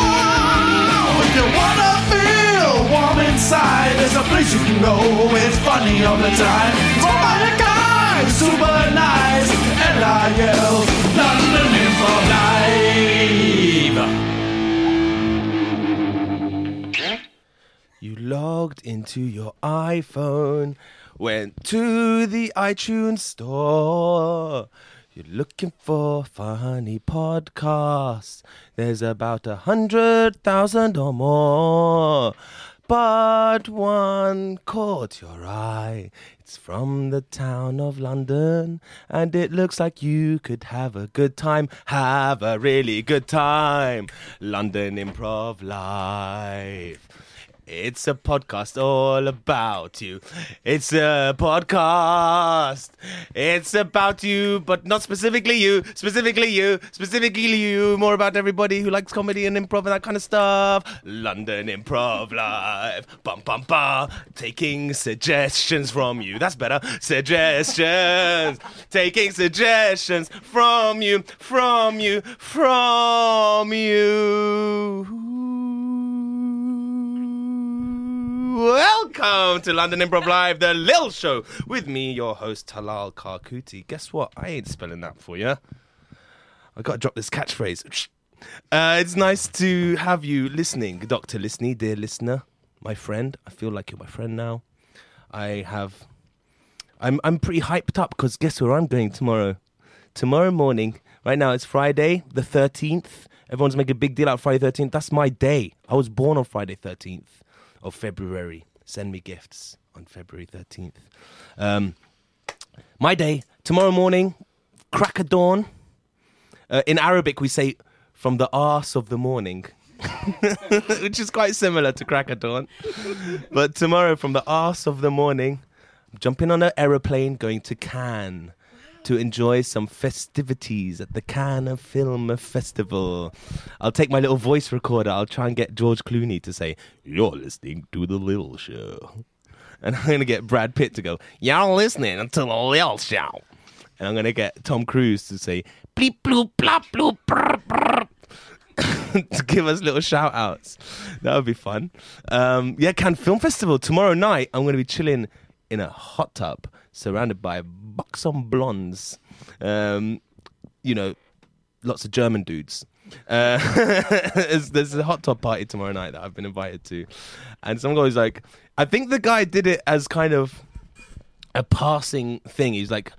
If you wanna feel warm inside, there's a place you can go. It's funny all the time. It's all by the guys, super nice. L.I.L. London Info Live. You logged into your iPhone, went to the iTunes store. You're looking for funny podcasts. There's about a hundred thousand or more. But one caught your eye. It's from the town of London, and it looks like you could have a good time. Have a really good time. London Improv Live. It's a podcast all about you. It's uh, a podcast. It's about you, but not specifically you. Specifically you. Specifically you. More about everybody who likes comedy and improv and that kind of stuff. London Improv Live. Bum bum bum. Taking suggestions from you. That's better. Suggestions. Taking suggestions from you. From you. From you. Welcome to London Improv Live, the Lil Show, with me, your host Talal Karkuti. Guess what? I ain't spelling that for you. I gotta drop this catchphrase. Uh, it's nice to have you listening, Doctor Listening, dear listener, my friend. I feel like you're my friend now. I have. I'm I'm pretty hyped up because guess where I'm going tomorrow? Tomorrow morning. Right now it's Friday the thirteenth. Everyone's making a big deal out Friday thirteenth. That's my day. I was born on Friday thirteenth of February. Send me gifts on February thirteenth. Um, my day tomorrow morning, crack of dawn. Uh, in Arabic, we say from the arse of the morning, which is quite similar to crack of dawn. But tomorrow, from the arse of the morning, I'm jumping on an aeroplane going to Cannes to enjoy some festivities at the Cannes Film Festival. I'll take my little voice recorder. I'll try and get George Clooney to say, You're listening to The Lil Show. And I'm going to get Brad Pitt to go, You're listening to The Lil Show. And I'm going to get Tom Cruise to say, Bleep, bloop, blop, bloop, brr, brr. to give us little shout outs. That would be fun. Um, yeah, Cannes Film Festival tomorrow night. I'm going to be chilling in a hot tub surrounded by buxom blondes. Um, you know, lots of German dudes. Uh, there's, there's a hot tub party tomorrow night that I've been invited to. And some guy's like, I think the guy did it as kind of a passing thing. He's like,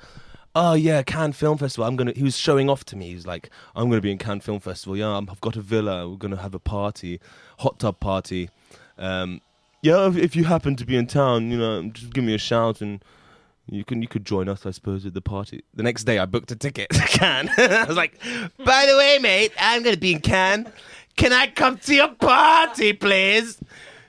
"Oh yeah, Cannes Film Festival. I'm gonna." He was showing off to me. He's like, "I'm gonna be in Cannes Film Festival. Yeah, I'm, I've got a villa. We're gonna have a party, hot tub party. Um, yeah, if, if you happen to be in town, you know, just give me a shout and." You can you could join us, I suppose, at the party. The next day, I booked a ticket to Cannes. I was like, "By the way, mate, I'm gonna be in Cannes. Can I come to your party, please?"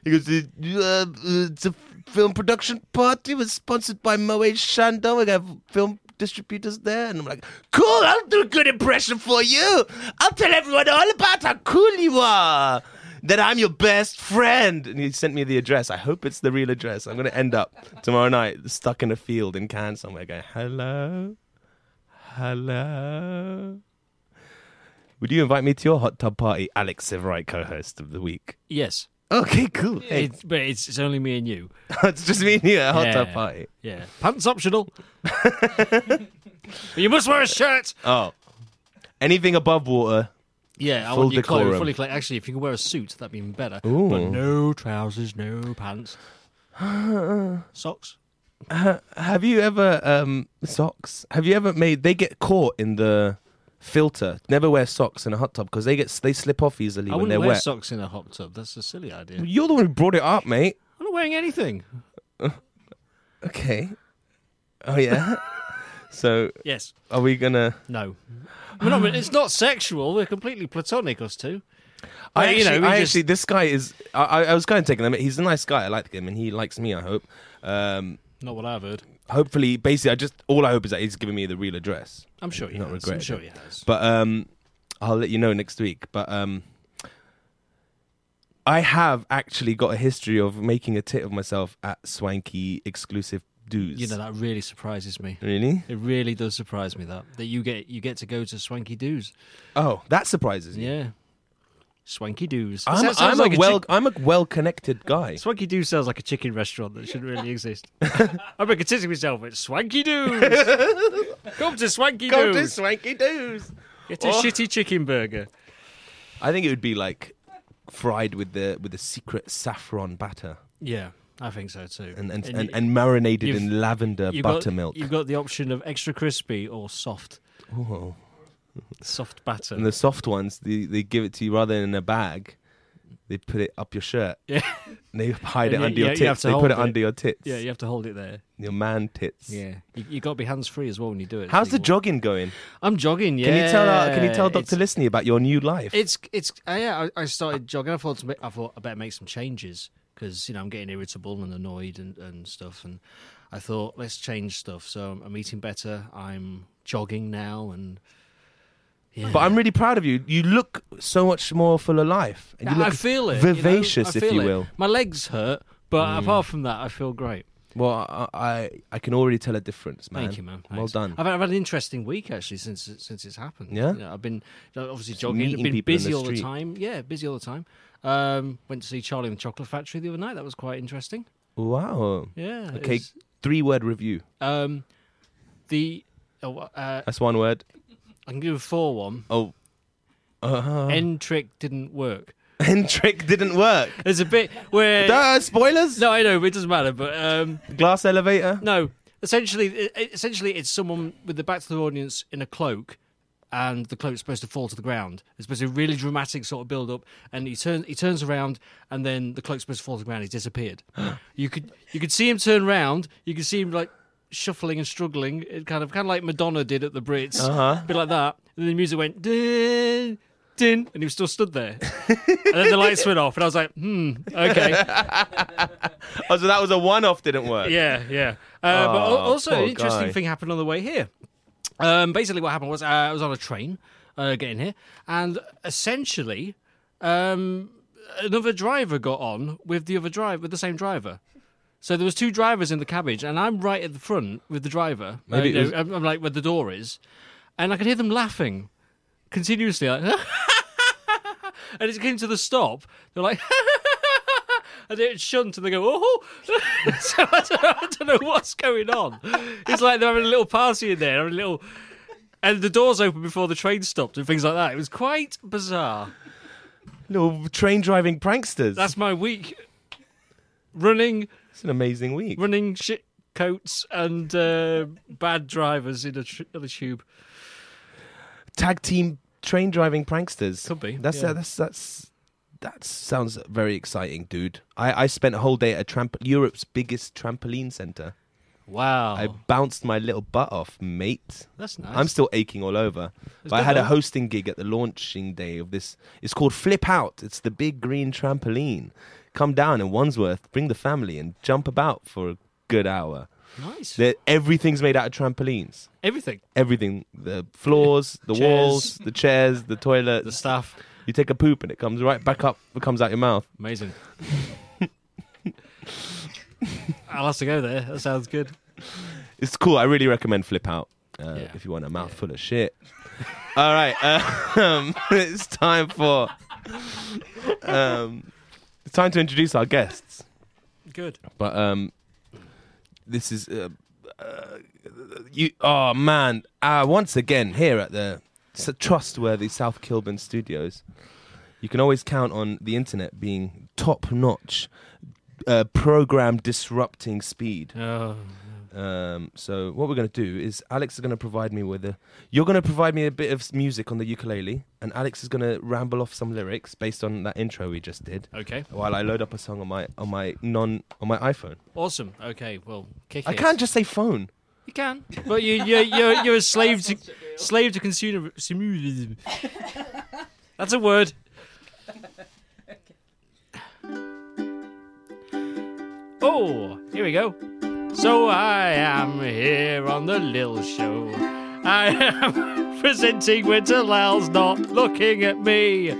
He goes, "Uh, uh, "It's a film production party. was sponsored by Moet Chandon. We have film distributors there." And I'm like, "Cool. I'll do a good impression for you. I'll tell everyone all about how cool you are." That I'm your best friend, and he sent me the address. I hope it's the real address. I'm gonna end up tomorrow night stuck in a field in Cannes somewhere, going, "Hello, hello." Would you invite me to your hot tub party, Alex Sivrite, co-host of the week? Yes. Okay, cool. Hey, It's, but it's, it's only me and you. it's just me and you at a hot yeah. tub party. Yeah. Pants optional. but you must wear a shirt. Oh, anything above water? Yeah, I Full want you clo- decorum. fully clo- Actually, if you can wear a suit, that'd be even better. Ooh. But no trousers, no pants. Socks? Have you ever um, socks? Have you ever made? They get caught in the filter. Never wear socks in a hot tub because they get they slip off easily I when wouldn't they're wear wet. socks in a hot tub. That's a silly idea. You're the one who brought it up, mate. I'm not wearing anything. Okay. Oh yeah. so Yes. are we gonna? No. We're not, it's not sexual. We're completely platonic, us two. I Well, actually, you know, we I just- actually, this guy is. I, I I was kind of taking him. He's a nice guy. I like him, and he likes me. I hope. Um, Not what I've heard. hopefully, basically, I just all I hope is that he's giving me the real address. I'm sure he Not has. I'm regretted sure it. he has. But um, I'll let you know next week. But um, I have actually got a history of making a tit of myself at swanky exclusive dudes. You know, that really surprises me. Really? It really does surprise me that that you get you get to go to Swanky Doos. Oh, that surprises me. Yeah, Swanky Doos. I'm, Sounds- I'm sounds like a chick- well, I'm a well-connected guy. Swanky Doos sounds like a chicken restaurant that shouldn't really exist. I'm considering myself at Swanky Doos. Come to Swanky Doos. swanky dudes. Get a Oh. shitty chicken burger. I think it would be like fried with the with the secret saffron batter Yeah, I think so too. and and, and, you- and, marinated you've- in lavender you've got- buttermilk. you've got the option of extra crispy or soft. Soft batter. and the soft ones, they, they give it to you rather than in a bag. They put it up your shirt. yeah, And they hide it And you- under yeah, your you have tits. to They hold put it, it. under your tits. yeah, you have to hold it there. Your man tits. Yeah, you, you got to be hands free as well when you do it. so How's you the won't- jogging going? I'm jogging. Yeah. Can you tell uh, Can you tell It's- Doctor Listeney about your new life? It's it's uh, yeah. I, I started jogging. I thought to ma- I thought I better make some changes because you know I'm getting irritable and annoyed and, and stuff. And I thought let's change stuff. So I'm, I'm eating better. I'm jogging now, and but I'm really proud of you. You look so much more full of life. And you I look I feel it. you know, Vivacious, I if feel you it. will. Mm. My legs hurt, but apart from that, I feel great. Well, I, I I can already tell a difference, man. Thank you, man. Well Thanks. done. I've, I've had an interesting week actually since since it's happened. Yeah? You know, I've been you know, obviously jogging. meeting I've been people in busy the all the street. time. Yeah, busy all the time. Um, went to see Charlie and the Chocolate Factory the other night. That was quite interesting. Wow. Yeah. it Okay. was- Three word review. Um, the oh, uh, That's one word. I can give a four one. Oh, Uh-huh. End trick didn't work. and trick didn't work. There's a bit where Duh, spoilers. no, I know but it doesn't matter, but um, Glass elevator. no. Essentially, it- it- essentially, it's someone with the back to the audience in a cloak, and the cloak's supposed to fall to the ground. It's supposed to be a really dramatic sort of build up, and he turns he turns around, and then the cloak's supposed to fall to the ground. He's disappeared. you could you could see him turn round. You could see him like shuffling and struggling, it kind of kind of like Madonna did at the Brits, Uh-huh. a bit like that. And then the music went din din, and he was still stood there. and then the lights went off, and I was like, hmm, okay. Oh, so that was a one-off. Didn't work. Yeah, yeah. Uh, but al- Oh, also, poor an interesting guy. thing happened on the way here. Um, basically, what happened was uh, I was on a train uh, getting here, and essentially, um, another driver got on with the other driver with the same driver. So there was two drivers in the cabbage, and I'm right at the front with the driver. Maybe Uh, it was- I'm, I'm like where the door is, and I could hear them laughing continuously. Like, and it came to the stop. They're like. And then it shunt and they go, oh! so I don't, know, I don't know what's going on. It's like they're having a little party in there, having a little. And the doors open before the train stopped and things like that. It was quite bizarre. Little train driving pranksters. That's my week. Running, It's an amazing week. running shit coats and uh, bad drivers in a, tr- in a tube. Tag team train driving pranksters. Could be, That's uh, yeah. that's that's that sounds very exciting, dude. I I spent a whole day at a tramp- Europe's biggest trampoline center. Wow. I bounced my little butt off, mate. That's nice. I'm still aching all over. But I good had a though. hosting gig at the launching day of this. It's called Flip Out. It's the big green trampoline. Come down in Wandsworth, bring the family, and jump about for a good hour. nice. There- everything's made out of trampolines. Everything. Everything. The floors, the Chairs. walls, the chairs, the toilet. The staff. you take a poop and it comes right back up, it comes out your mouth. Amazing. I'll have to go there. That sounds good. It's cool. I really recommend Flip Out uh, Yeah. if you want a mouthful of shit. All right, uh, um, it's time for um, it's time to introduce our guests. Good. But um, this is uh, uh, you. Oh man! Uh, once again here at the s- trustworthy South Kilburn Studios, you can always count on the internet being top notch, uh, program disrupting speed. Oh, Um, so what we're going to do is Alex is going to provide me with a. You're going to provide me a bit of s- music on the ukulele, and Alex is going to ramble off some lyrics based on that intro we just did. Okay. While I load up a song on my on my non on my iPhone. Awesome. Okay. Well, kick I it. can't just say phone. You can. But you, you, you're, you're a slave to slave to consumer. consumerism. That's a word. Oh, here we go. So I am here on the Lil Show. I am presenting when Talal's not looking at me.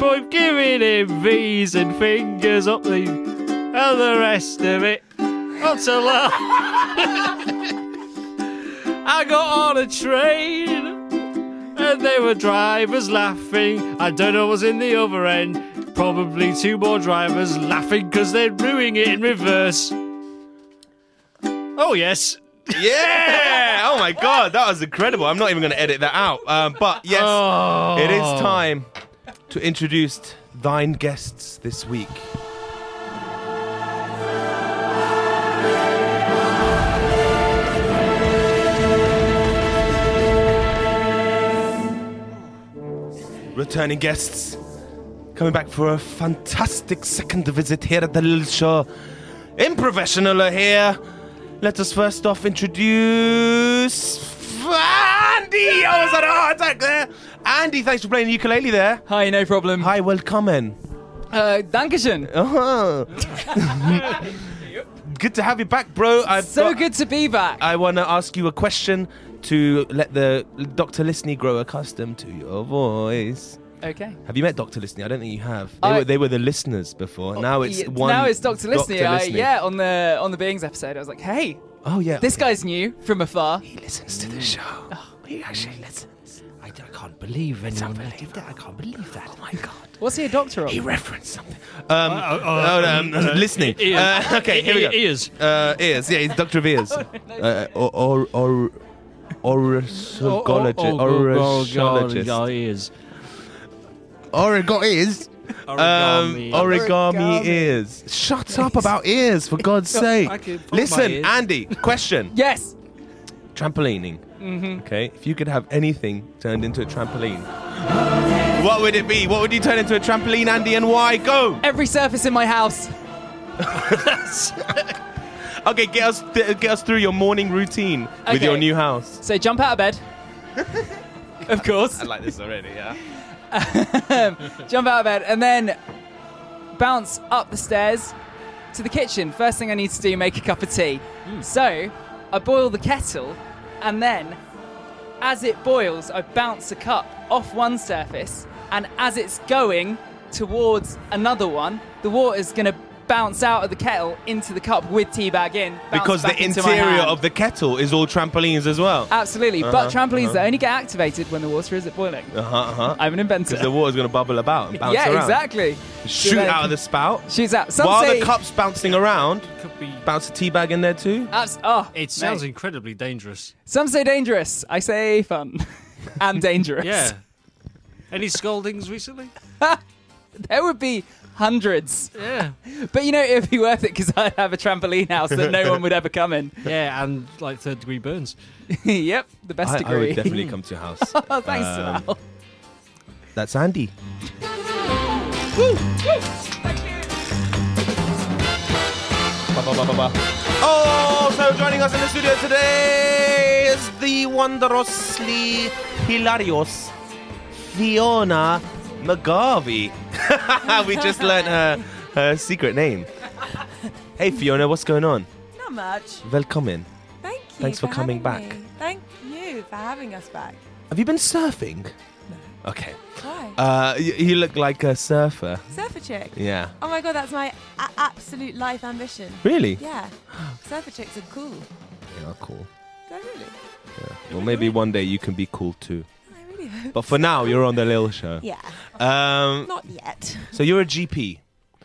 But I'm giving him V's and fingers up the and the rest of it. Oh Talal I got on a train and there were drivers laughing. I don't know what's in the other end. Probably two more drivers laughing because they're doing it in reverse. Oh, yes. Yeah! Oh my god, that was incredible. I'm not even going to edit that out. Um, but yes, Oh. it Oh. is time to introduce thine guests this week. Returning guests coming back for a fantastic second visit here at the Little Show. Improvisational are here. Let us first off introduce Andy. Oh, was that a heart attack there? Andy, thanks for playing the ukulele there. Hi, no problem. Hi, welcome in. Uh, Dankeschön. Oh. good to have you back, bro. I've so got- good to be back. I want to ask you a question to let the Dr. Listney grow accustomed to your voice. okay. Have you met Dr. Listney? I don't think you have. They, I- were, they were the listeners before. now it's Yeah, one. Now it's Dr. Listener. Dr. I, Listney. yeah, on the on the Beings episode, I was like, hey, Oh yeah. this okay. guy's new from afar. Mm. Oh. He listens to the show. he actually listens. I, I can't believe anyone did that. I can't believe that. Oh my god. What's he a doctor of? He referenced something. Um, oh, no, um, listening. Ears. Uh, okay, here we go. Ears. Uh, ears. Yeah, he's Doctor of Ears. uh, or or or. Orogologist. Orogologist. ears. Origami ears. Um, Origami. origami Origami. ears. Shut up about ears, for God's sake. I could pop my Listen, ears. Andy, question. Yes. trampolining. Mm-hmm. Okay, if you could have anything turned into a trampoline, what would it be? What would you turn into a trampoline, Andy, and why? Go. Every surface in my house. Okay, get us th- get us through your morning routine with Okay. your new house. So jump out of bed. of course. I like this already. Yeah. jump out of bed and then bounce up the stairs to the kitchen. First thing I need to do, make a cup of tea. So I boil the kettle and then as it boils, I bounce a cup off one surface and as it's going towards another one, the water's going to bounce out of the kettle into the cup with tea bag in. bounce Because back the into my interior hand. of the kettle is all trampolines as well. Uh Absolutely, but trampolines uh-huh. that only get activated when the water is at boiling. huh. Uh-huh. I'm an inventor. Because the water's gonna bubble about and bounce yeah, around. exactly. Shoot out of the spout. She's out. Some While say, the cup's bouncing around, Could be. bounce a tea bag in there too. Abs- oh, It mate. sounds incredibly dangerous. Some say dangerous. I say fun and dangerous. Yeah. Any scoldings recently? There would be hundreds. Yeah. But you know, it would be worth it because I'd have a trampoline house that no one would ever come in. Yeah, and like third degree burns. yep, the best I, I degree. would definitely come to your house. oh, thanks, Um, Sal. That's Andy. Oh, so joining us in the studio today is the wondrously hilarious Fiona McGarvey. we just learnt her, her secret name. Hey, Fiona, what's going on? Not much. Welcome in. Thank you. Thanks for coming having back. me. Thank you for having us back. Have you been surfing? Okay. Why? Uh, you, you look like a surfer. Surfer chick. Yeah. Oh my god, that's my a- absolute life ambition. Really? Yeah. Surfer chicks are cool. They are cool. They're really. Well, maybe one day you can be cool too. I really hope. But for now, you're on the Lil Show. Yeah. Um, Not yet. so you're a GP,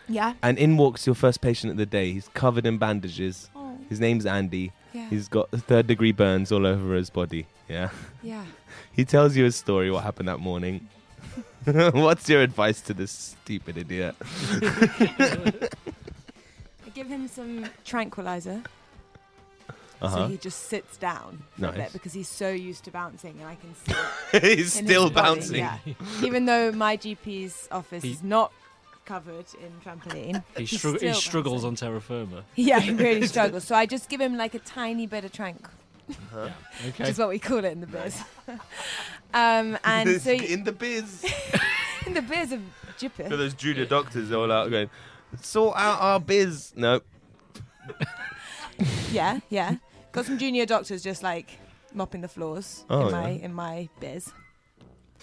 Yeah. and in walks your first patient of the day. He's covered in bandages. Oh. His name's Andy. Yeah. He's got third degree burns all over his body. Yeah. Yeah. He tells you his story, what happened that morning. What's your advice to this stupid idiot? I give him some tranquilizer. So he just sits down for a Uh-huh. Nice. bit because he's so used to bouncing, and I can see it He's in his still body, bouncing. yeah. Even though my GP's office He- is not covered in trampoline, He, he's strugg- he still struggles bouncing. on terra firma. Yeah, he really struggles. So I just give him like a tiny bit of tranquil, which Uh-huh. Okay. is what we call it in the biz. um, and so in the biz. in the biz of So Jupiter, those junior doctors are all out going, sort out our biz. No, yeah, yeah, got some junior doctors just like mopping the floors Oh, in my yeah. in my biz.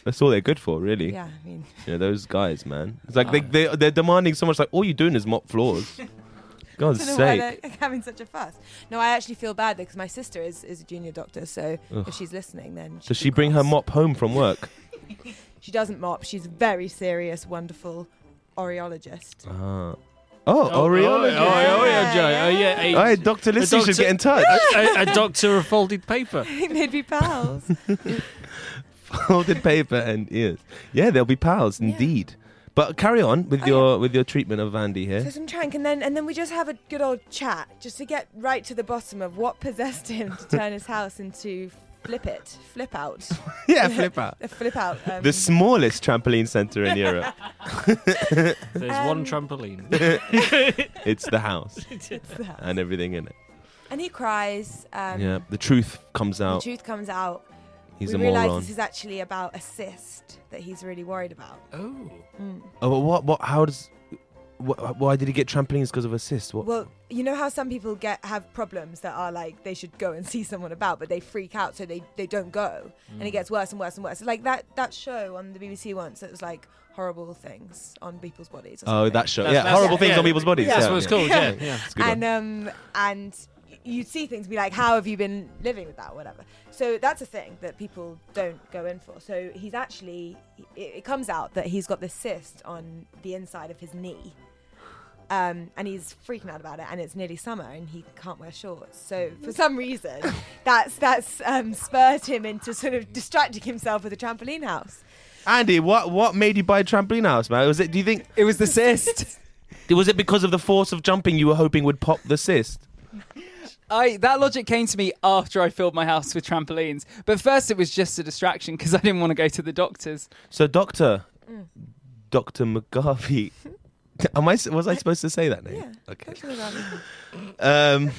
that's all they're good for, really. Yeah, I mean, Oh. You know, those guys, man. It's like they, they, they're demanding so much, like, all you're doing is mop floors. God's don't know why sake. they're having such a fuss. No, I actually feel bad because my sister is, is a junior doctor, so if she's listening, then she'd Does she be bring her cross. mop home from work? She doesn't mop. She's a very serious, wonderful oreologist. Ah. Oh, Oreologist. Oh, oh, oh, yeah, Joe. Oh, yeah. Hey, a- Dr. a Lissy should doctor- get in touch. A, a doctor of folded paper. I think they'd be pals. Folded paper and ears. Yeah, they'll be pals, indeed. But carry on Oh, with your with your treatment of Andy So here. some trank, and then and then we just have a good old chat, just to get right to the bottom of what possessed him to turn his house into flip it, flip out, yeah, flip out. a flip out. Um, The smallest trampoline center in Europe. There's Um, one trampoline. It's the house and everything in it. and he cries. Um, Yeah, the truth comes The out. truth comes out. He's we a realise moron. this is actually about a cyst that he's really worried about. Mm. Oh. Oh, but what? What? How does? Wh- why did he get trampolines because of assist? What? Well, you know how some people get have problems that are like they should go and see someone about, but they freak out, so they, they don't go, and it Mm. gets worse and worse and worse. Like that that show on the BBC once that was like horrible things on people's bodies. Or oh, something. that show. That's- Yeah, that's- horrible yeah, things yeah. on people's bodies. That's yeah, what it's yeah. called, yeah. yeah. It's a good and one. um and y- you'd see things be like, how have you been living with that, or whatever. So that's a thing that people don't go in for. So he's actually it, it comes out that he's got this cyst on the inside of his knee. Um, and he's freaking out about it, and it's nearly summer, and he can't wear shorts. So for some reason, that's that's um, spurred him into sort of distracting himself with a trampoline house. Andy, what what made you buy a trampoline house, man? Was it? Do you think It was the cyst. was it because of the force of jumping you were hoping would pop the cyst? I that logic came to me after I filled my house with trampolines. But first, it was just a distraction because I didn't want to go to the doctors. So, Doctor, Mm. Doctor McGarvey, am I? s- Was I supposed to say that name? Yeah. Okay. Talk about it. Um,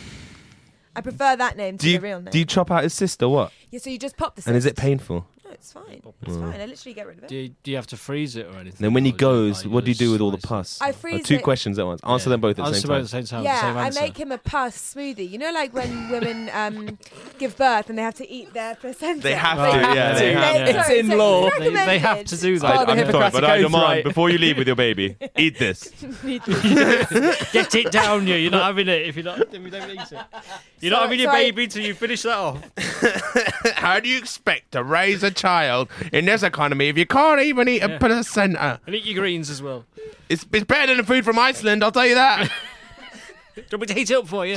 I prefer that name to do you the real name. do you chop out his cyst or what? yeah, so you just pop the. And is it cyst. painful? Mm. No, it's fine. It's fine. I literally get rid of it. Do you, do you have to freeze it or anything? And then when he Or do you- goes, like, what do you do with all the slice it? pus? I Uh, freeze Two it. questions at once. Answer Yeah. them both at the Answer same both time. at the same time. Yeah, Oh, same I answer. make him a pus smoothie. You know, like when women um, give birth and they have to eat their placenta. They have They to, have Uh, yeah. to. They have They- to. it's sorry, in so law. it's They, they have recommended. to do part that. of the I'm sorry, but I Hippocratic demand Oath, right? before you leave with your baby, eat this. Get it down you. You're not having it if you're not. If you don't eat it. You're So- not having your so I- baby till you finish that off. How do you expect to raise a child in this economy if you can't even eat a placenta? And eat your greens as well. Do It's, it's better than food from Iceland, I'll tell you that. you want me to heat it up for you?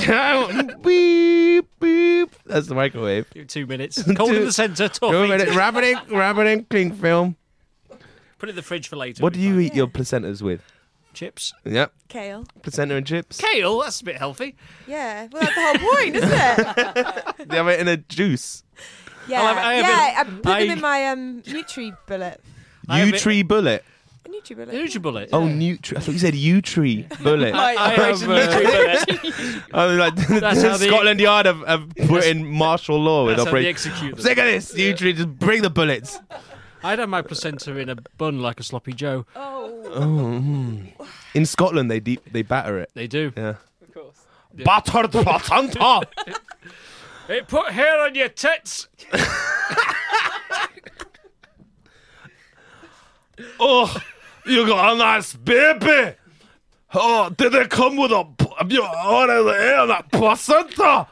beep, beep. That's the microwave. Give it two minutes. Cold in the centre. Tough. Go heat in it, it. wrap it in, wrap it in, cling film. Put it in the fridge for later. What do you eat? eat your placentas with? Chips. Yep, Kale. placenta and chips. Kale. That's a bit healthy. Yeah. Well, that's the whole point, isn't it? They have it in a juice. Yeah. I'll have- I yeah. I have put it- them I- in my um, Nutri bullet. I have it- U-tree bullet. A Nutri bullet. Nutribullet. Oh, nutri. I thought you said U-tree bullet. I, I have, uh, have, I was like, That's how they- Scotland Yard have, have put in martial law with That's how they operation. execute them. Sick of this, you three, just bring the bullets. I'd have my placenta in a bun like a sloppy Joe. Oh. hmm. In Scotland, they deep they batter it. They do. Yeah. of course. Battered placenta. Hey, put hair on your tits. oh, you got a nice baby. Oh, did it come with a p- you oh, out of the air that placenta?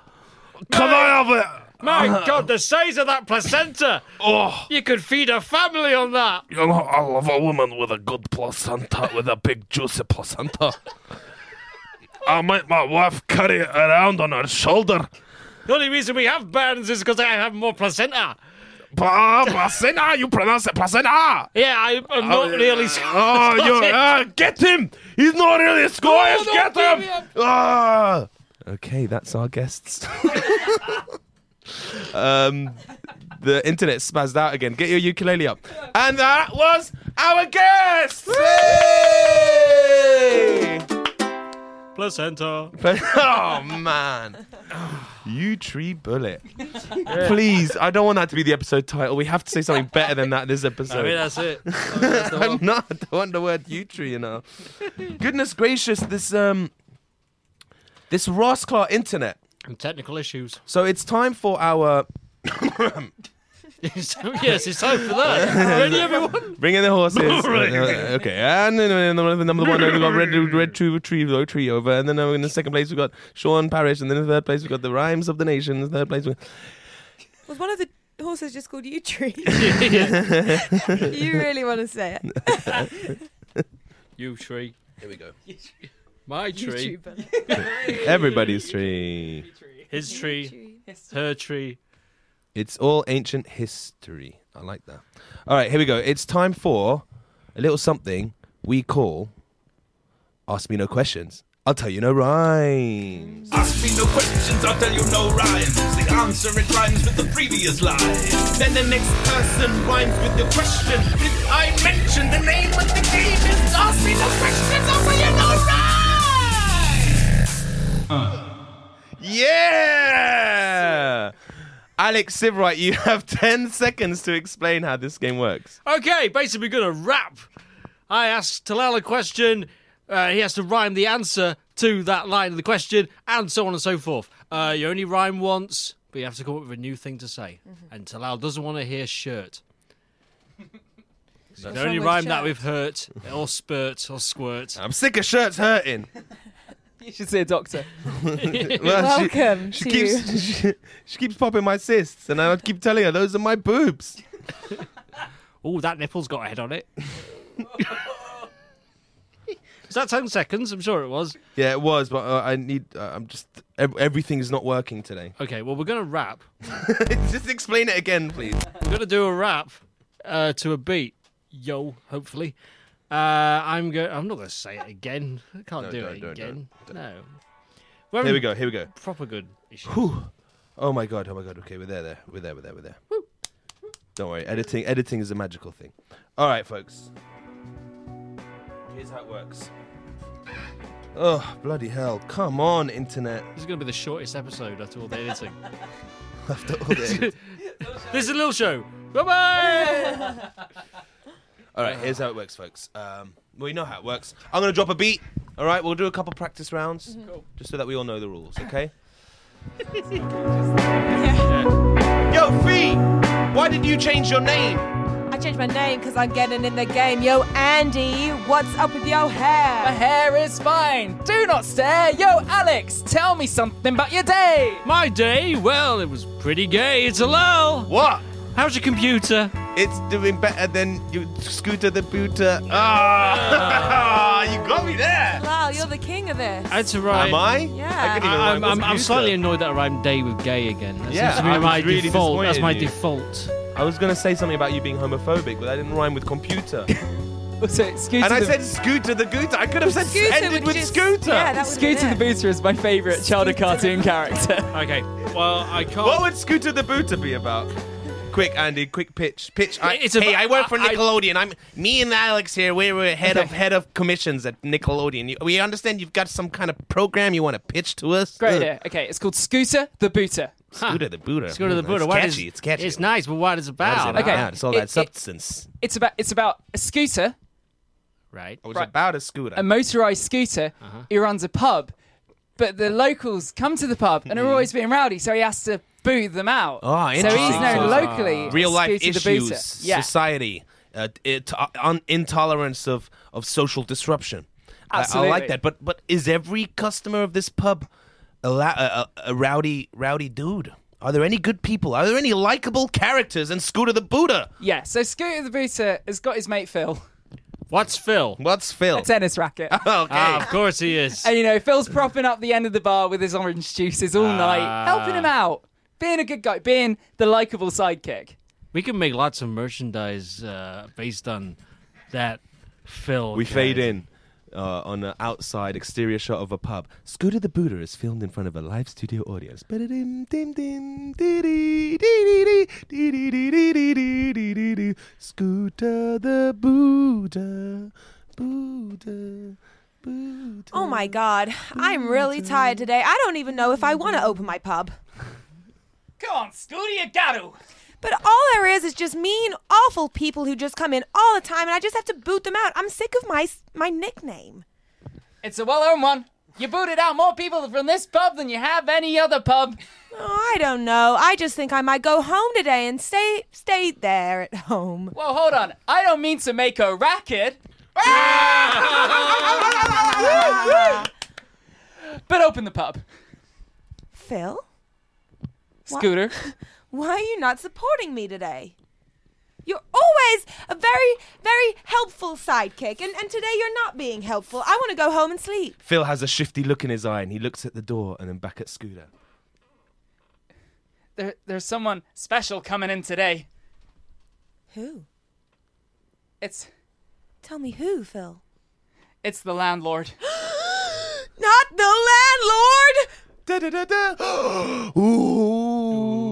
Can I have it? My God, the size of that placenta. Oh, You could feed a family on that. you know, I love a woman with a good placenta, with a big juicy placenta. I make my wife carry it around on her shoulder. The only reason we have burns is because I have more placenta. Pla- Placenta, you pronounce it placenta. Yeah, I, I'm not really. Oh, you uh, get him! He's not really Scottish. No, no, get give him! me up. Ah. Okay, that's our guests. um, the internet spazzed out again. Get your ukulele up. And that was our guest! Yay! Placenta. But- oh man, you tree bullet. Please, I don't want that to be the episode title. We have to say something better than that this episode. I mean, that's it. That's the I'm one. not. I don't want the word you tree. You know. Goodness gracious, this um, this rascal internet. And Technical issues. So it's time for our So, yes, it's time for that. Ready, everyone? bring in the horses. Right. Uh, okay, and then uh, number number one, we've got red red tree tree low tree over, and then uh, in the second place we've got Sean Parrish, and then in the third place we've got the rhymes of the nation. In the third place. we Was one of the horses just called you tree? you really want to say it? You tree. Here we go. My tree. YouTuber. Everybody's tree. His tree. Her tree. It's all ancient history. I like that. All right, here we go. It's time for a little something we call Ask Me No Questions. I'll tell you no rhymes. Ask me no questions, I'll tell you no rhymes. The answer it rhymes with the previous line. Then the next person rhymes with the question. Did I mention the name of the game is Ask me no questions, I'll tell you no rhymes. Yeah! Alex Sivright, you have 10 seconds to explain how this game works. Okay, basically, we're going to rap. I ask Talal a question. Uh, he has to rhyme the answer to that line of the question, and so on and so forth. Uh, you only rhyme once, but you have to come up with a new thing to say. Mm-hmm. And Talal doesn't want to hear shirt. You can only with rhyme that shirt? with hurt, or spurt, or squirt. I'm sick of shirts hurting. You should see a doctor. Well, she- Welcome she, to keeps she, she keeps popping my cysts, and I keep telling her those are my boobs. Oh, that nipple's got a head on it. Was that 10 seconds? I'm sure it was. Yeah, it was, but uh, I need. Uh, I'm just. ev- Everything is not working today. Okay, well, we're going to rap. just explain it again, please. We're going to do a rap uh, to a beat. Yo, hopefully. Uh, I'm go- I'm not going to say it again. I can't do don't, it don't, again. No. Here we go. Here we go. Proper good issue. Oh my god. Oh my god. Okay, we're there. There. We're there. We're there. We're there. Don't worry. Editing. Editing is a magical thing. All right, folks. Here's how it works. Oh bloody hell! Come on, internet. This is going to be the shortest episode after all the editing. After all this. this is a little show. Bye bye! all right. Here's how it works, folks. Um, well, you know how it works. I'm gonna drop a beat. All right. We'll do a couple practice rounds, Mm-hmm. just so that we all know the rules. Okay. Yo, Fee, why did you change your name? I changed my name because I'm getting in the game. Yo, Andy, what's up with your hair? My hair is fine. Do not stare. Yo, Alex, tell me something about your day. My day, well, it was pretty gay. It's a lull. What? Oh. How's your computer? It's doing better than you scooter the booter. Ah, you got me there. Wow, you're the king of this. I had to write. Am I? Yeah. I couldn't even I'm, rhyme I'm, I'm scooter. slightly annoyed that I rhymed day with gay again. That Yeah, seems to be I was my really default. That's disappointed my in you. default. I was gonna say something about you being homophobic, but I didn't rhyme with computer. Also, Scooter, and I the, said scooter the gooter. I could have said Scooter ended would with just- scooter. yeah, that was Scooter the Booter is my favourite childhood cartoon character. Okay. Well, I can't. what would scooter the booter be about? Quick, Andy. Quick pitch. Pitch. I, It's hey, about- I work for I- I- Nickelodeon. I, am me and Alex here. We're, we're head of head of commissions at Nickelodeon. You- we understand you've got some kind of program you want to pitch to us. Ugh. Great idea. Okay, it's called Scooter the Booter. Scooter the booter. Let's go to the Buddha. It's What catchy. is- it's catchy. It's nice, but what is it What is about? it Okay. about? It's all It- that it- substance. It's about it's about a scooter, Right. It was Right. about Oh, a scooter. a motorised scooter. He runs a pub, but the locals come to the pub and are always being rowdy, so he has to boo them out. Ah, so he's interesting. known So it's locally. as Real life Scooter issues, The Booter. Yeah, society, uh, it, uh, un- intolerance of, of social disruption. I- I, like Absolutely. that. But but is every customer of this pub a, la- a, a, a rowdy rowdy dude? Are there any good people? Are there any likable characters in Scooter the Buddha? yeah. So Scooter the Booter has got his mate Phil, What's Phil? What's Phil? a tennis racket. okay. Ah, of course he is. And you know, Phil's propping up the end of the bar with his orange juices all Ah. night, helping him out, being a good guy, being the likable sidekick. We can make lots of merchandise uh, based on that Phil. we guy. fade in. uh, on an outside exterior shot of a pub. Scooter the Booter is filmed in front of a live studio audience. Ba-da-dim, dim, dim, dee-dee, dee-dee-dee, dee-dee-dee-dee-dee, dee-dee-dee. Scooter the Booter, Booter, Booter. Oh my god, I'm really tired today. I don't even know if I want to open my pub. Come on, Scooty, you got to. But all there is is just mean, awful people who just come in all the time, and I just have to boot them out. I'm sick of my s- my nickname. It's a well-earned one. You booted out more people from this pub than you have any other pub. Oh, I don't know. I just think I might go home today and stay stay there at home. Well, hold on. I don't mean to make a racket, but open the pub. Phil, Scooter. why are you not supporting me today? You're always a very, very helpful sidekick, and, and today you're not being helpful. I want to go home and sleep. Phil has a shifty look in his eye and he looks at the door and then back at Scooter. There, there's someone special coming in today. Who? It's Tell me who, Phil. it's the landlord. Not the landlord! Da da da da. Ooh.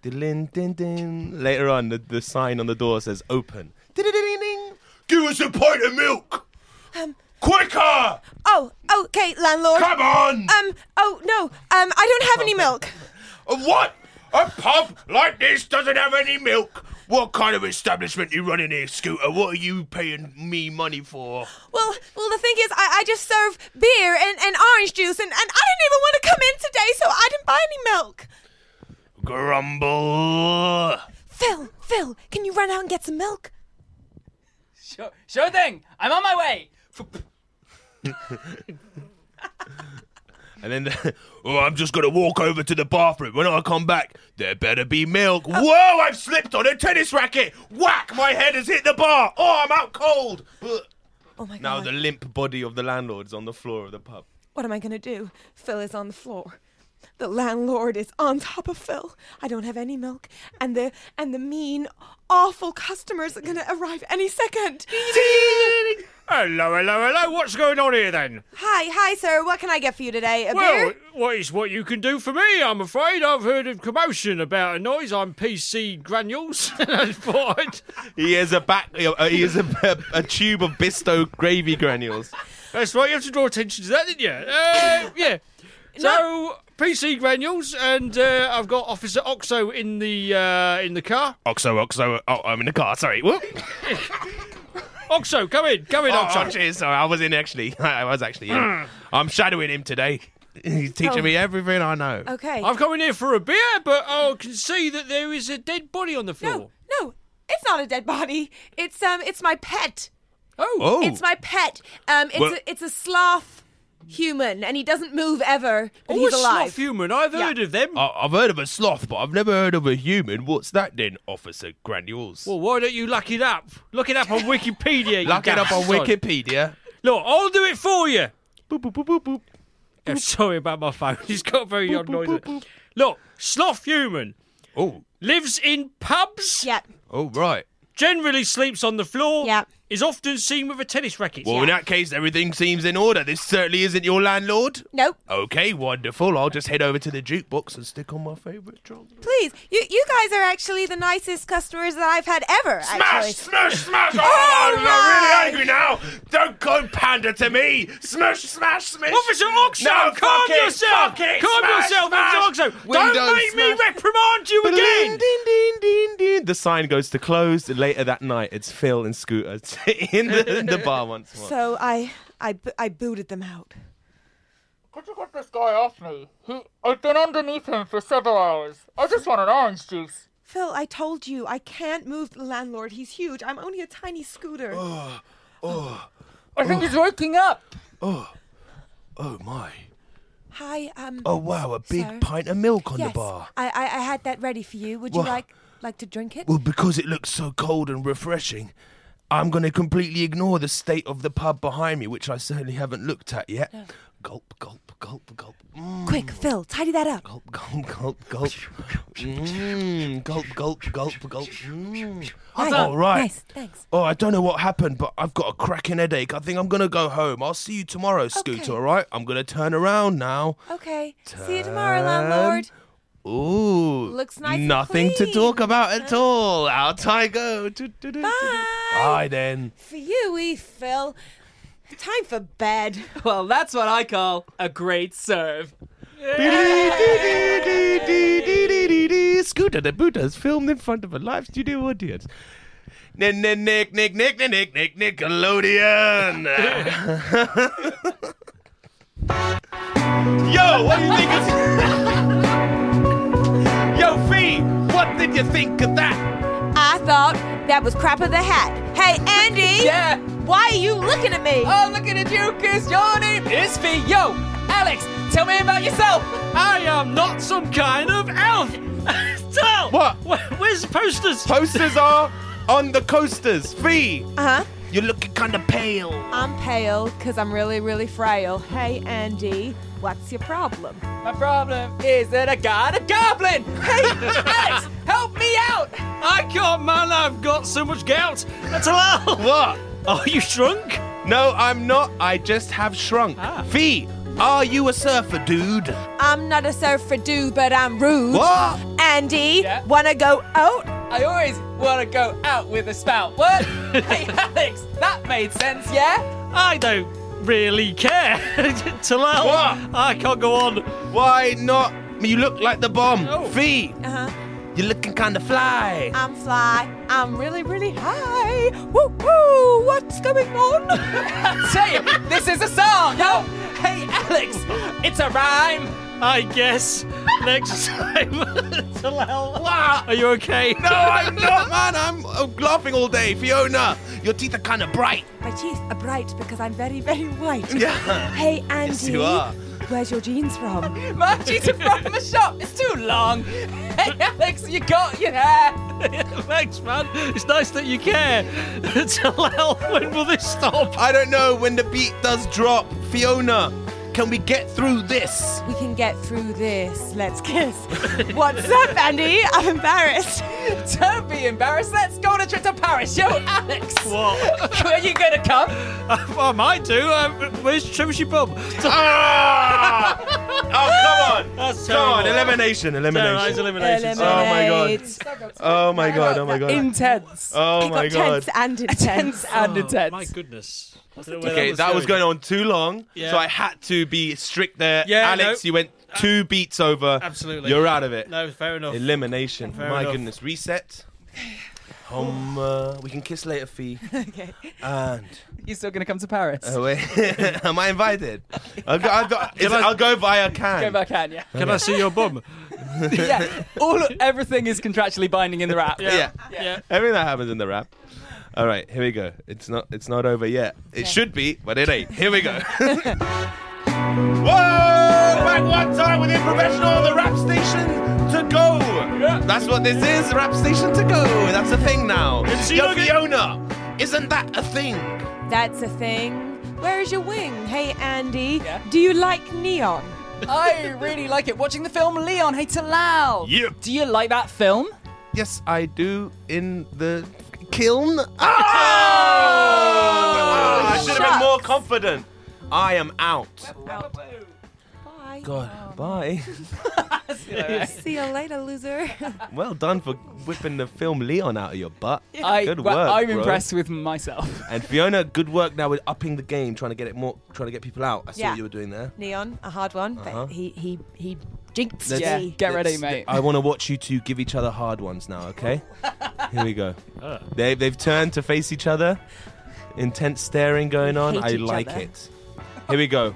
Dilin, din, din. Later on, the, the sign on the door says open. Ding. Give us a pint of milk. Um. Quicker! Oh, okay, landlord. Come on! Um, oh no, um, I don't have any milk. what? A pub like this doesn't have any milk. What kind of establishment you running here, Scooter? What are you paying me money for? Well, well, the thing is, I, I just serve beer and, and orange juice, and, and I didn't even want to come in today, so I didn't buy any milk. Grumble. Phil, Phil, can you run out and get some milk? Sure, sure thing. I'm on my way. And then, the, oh, I'm just gonna walk over to the bathroom. When I come back, there better be milk. Whoa, I've slipped on a tennis racket. Whack! My head has hit the bar. Oh, I'm out cold. Ugh. Oh my Now god. the limp body of the landlord's on the floor of the pub. What am I gonna do? Phil is on the floor. The landlord is on top of Phil. I don't have any milk, and the and the mean, awful customers are gonna arrive any second. Hello, hello, hello. What's going on here then? hi, hi, sir. What can I get for you today? A Well, beer? what is what you can do for me, I'm afraid. I've heard of commotion about a noise. I'm PC Granules. and I thought I'd- He has a back. Uh, he has a, a, a tube of Bisto gravy granules. That's right, you have to draw attention to that, didn't you? Uh, yeah. So, PC Granules, and uh, I've got Officer Oxo in the uh, in the car. Oxo, oxo. Oh, I'm in the car. Sorry. Whoop. Oxo, come in, come in, Oh, Oxo. oh, cheers. Sorry, I was in actually. I was actually. In. I'm shadowing him today. He's teaching Oh. me everything I know. Okay. I've come in here for a beer, but I can see that there is a dead body on the floor. No, no, it's not a dead body. It's um, it's my pet. Oh. It's my pet. Um, it's Well- a, it's a sloth human, and he doesn't move ever. But Oh, he's a alive. sloth human. I've heard of them. I- I've heard of a sloth, but I've never heard of a human. What's that then, Officer Granules? Well, why don't you look it up? Look it up on Wikipedia. you Look it up on bastard. Wikipedia. Look, I'll do it for you. Boop, boop, boop, boop, boop. Yeah, sorry about my phone. It's got a very odd noise. in it. Look, sloth human Oh, lives in pubs. Yeah. oh, right. Generally sleeps on the floor. Yeah. Is often seen with a tennis racket. Well, in that case, everything seems in order. This certainly isn't your landlord. Nope. Okay, wonderful. I'll just head over to the jukebox and stick on my favourite drum. Please, you you guys are actually the nicest customers that I've had ever. Actually. smash, smash! Oh, I'm right. really angry now. Don't go pander to me. Smash, smash, smash. Officer Oxo, calm yourself. calm yourself, Officer Oxo. Windows Don't make smash. me reprimand you again. Ding, ding, ding, ding. The sign goes to closed. Later that night, it's Phil and Scooter sitting in the, the bar once more. So I I bo- I booted them out. Could you get this guy off me? He, I've been underneath him for several hours. I just want an orange juice. Phil, I told you I can't move the landlord. He's huge. I'm only a tiny scooter. I think he's waking up. oh my! Hi, um. Oh wow! A big Sir? pint of milk on yes, the bar. I, I I had that ready for you. Would Wha- you like like to drink it? Well, because it looks so cold and refreshing, I'm going to completely ignore the state of the pub behind me, which I certainly haven't looked at yet. Gulp, gulp, Gulp, gulp. Mm. Quick, Phil, tidy that up. Gulp, gulp, gulp, gulp. Mm, gulp, gulp, gulp, gulp. Mm. Nice. All right. Nice, thanks. Oh, I don't know what happened, but I've got a cracking headache. I think I'm going to go home. I'll see you tomorrow, Scooter, Okay. all right? I'm going to turn around now. Okay. See you tomorrow, landlord. Ooh. Looks nice and Nothing to clean. talk about at all. Out I go. Do, do, do, do, do. Bye. Bye then. For you, we Phil. Time for bed. Well, that's what I call a great serve. Scooter the Buddha's filmed in front of a live studio audience. Nick, Nick, Nick, Nick, Nick, Nick, Nick, Nick, Nickelodeon. Yo, what do you think of Yo, Fee, what did you think of that? I thought that was crap of the hat. Hey, Andy. Yeah. Why are you looking at me? Oh, looking at you, Chris. Your name is Yo. Alex, tell me about yourself. I am not some kind of elf. Tell What? Where- Where's the posters? Posters are on the coasters. Fee, Uh huh. you're looking kind of pale. I'm pale because I'm really, really frail. Hey, Andy. What's your problem? My problem is that I got a goblin. Hey, Alex, help me out. I can't, man. I've got so much gout. That's all. What? Are you shrunk? Ah. No, I'm not. I just have shrunk. Fee, are you a surfer, dude? I'm not a surfer dude, but I'm rude. What? Andy, Yeah? wanna go out? I always want to go out with a spout. What? hey, Alex, that made sense, yeah? I don't really care. Talal, What? I can't go on. Why not? You look like the bomb. Oh. Fee, Uh Uh-huh. huh. you're looking kind of fly. I'm fly. I'm really, really high. Woo woo! What's going on? Say it. This is a song. Help. Hey, Alex, it's a rhyme. I guess next time. Talal, are you okay? no, I'm not, man. I'm, I'm laughing all day. Fiona, your teeth are kind of bright. My teeth are bright because I'm very, very white. Yeah. Hey, Andy. Yes, you are. Where's your jeans from? My jeans are from the shop. It's too long. Hey, Alex, you got your hair. Thanks, man. It's nice that you care. Talal, when will this stop? I don't know when the beat does drop. Fiona, can we get through this? we can get through this. Let's kiss. What's up, Andy? I'm embarrassed. Don't be embarrassed. Let's go on a trip to Paris. Yo, Alex. What? Are you going to come? I might do. Um, where's Trimishy Bum? Ah! oh, come on. That's Come on, terrible. elimination, Terrorise elimination. elimination. Eliminate. Oh, my God. Oh, my God. Oh, my God. Intense. Oh, Pick my up God. tense and intense. Tense and Oh, intense. my goodness. Okay, that was going on too long, Yeah. so I had to be strict there. Yeah, Alex, no. uh, you went two beats over. Absolutely. You're out of it. No, fair enough. Elimination. Fair My enough. goodness. Reset. Home. uh, we can kiss later, Fee. okay. And You're still going to come to Paris? oh, wait. am I invited? I'll go, I'll go, is- I'll go via can. Go back, can you? Can I see your bum? yeah. All everything is contractually binding in the rap. Yeah. Yeah. Everything that happens in the rap. All right, here we go. It's not. It's not over yet. It should be, but it ain't. Here we go. Whoa! Back one time with professional, the rap station to go. That's what this is. Rap station to go. That's a thing now. she Yo, looking- Fiona, isn't that a thing? That's a thing. Where's your wing? Hey, Andy. Yeah? Do you like neon? I really like it. Watching the film Leon, hey Talal. Yeah. Do you like that film? Yes, I do. In the kiln. Oh! I should have been Shucks. more confident. I am out. Bye. God, bye. See you later, loser. Well done for whipping the film Leon out of your butt. I, Good well, work, I'm bro. impressed with myself. And Fiona, good work now with upping the game, trying to get it more, trying to get people out. I saw Yeah. what you were doing there. Neon, a hard one, Uh-huh. but he he he jinxed Let's- yeah, me. get ready, let's- mate. I want to watch you two give each other hard ones now. Okay, here we go. They they've turned to face each other. Intense staring going on. hate I each like other. it. Here we go.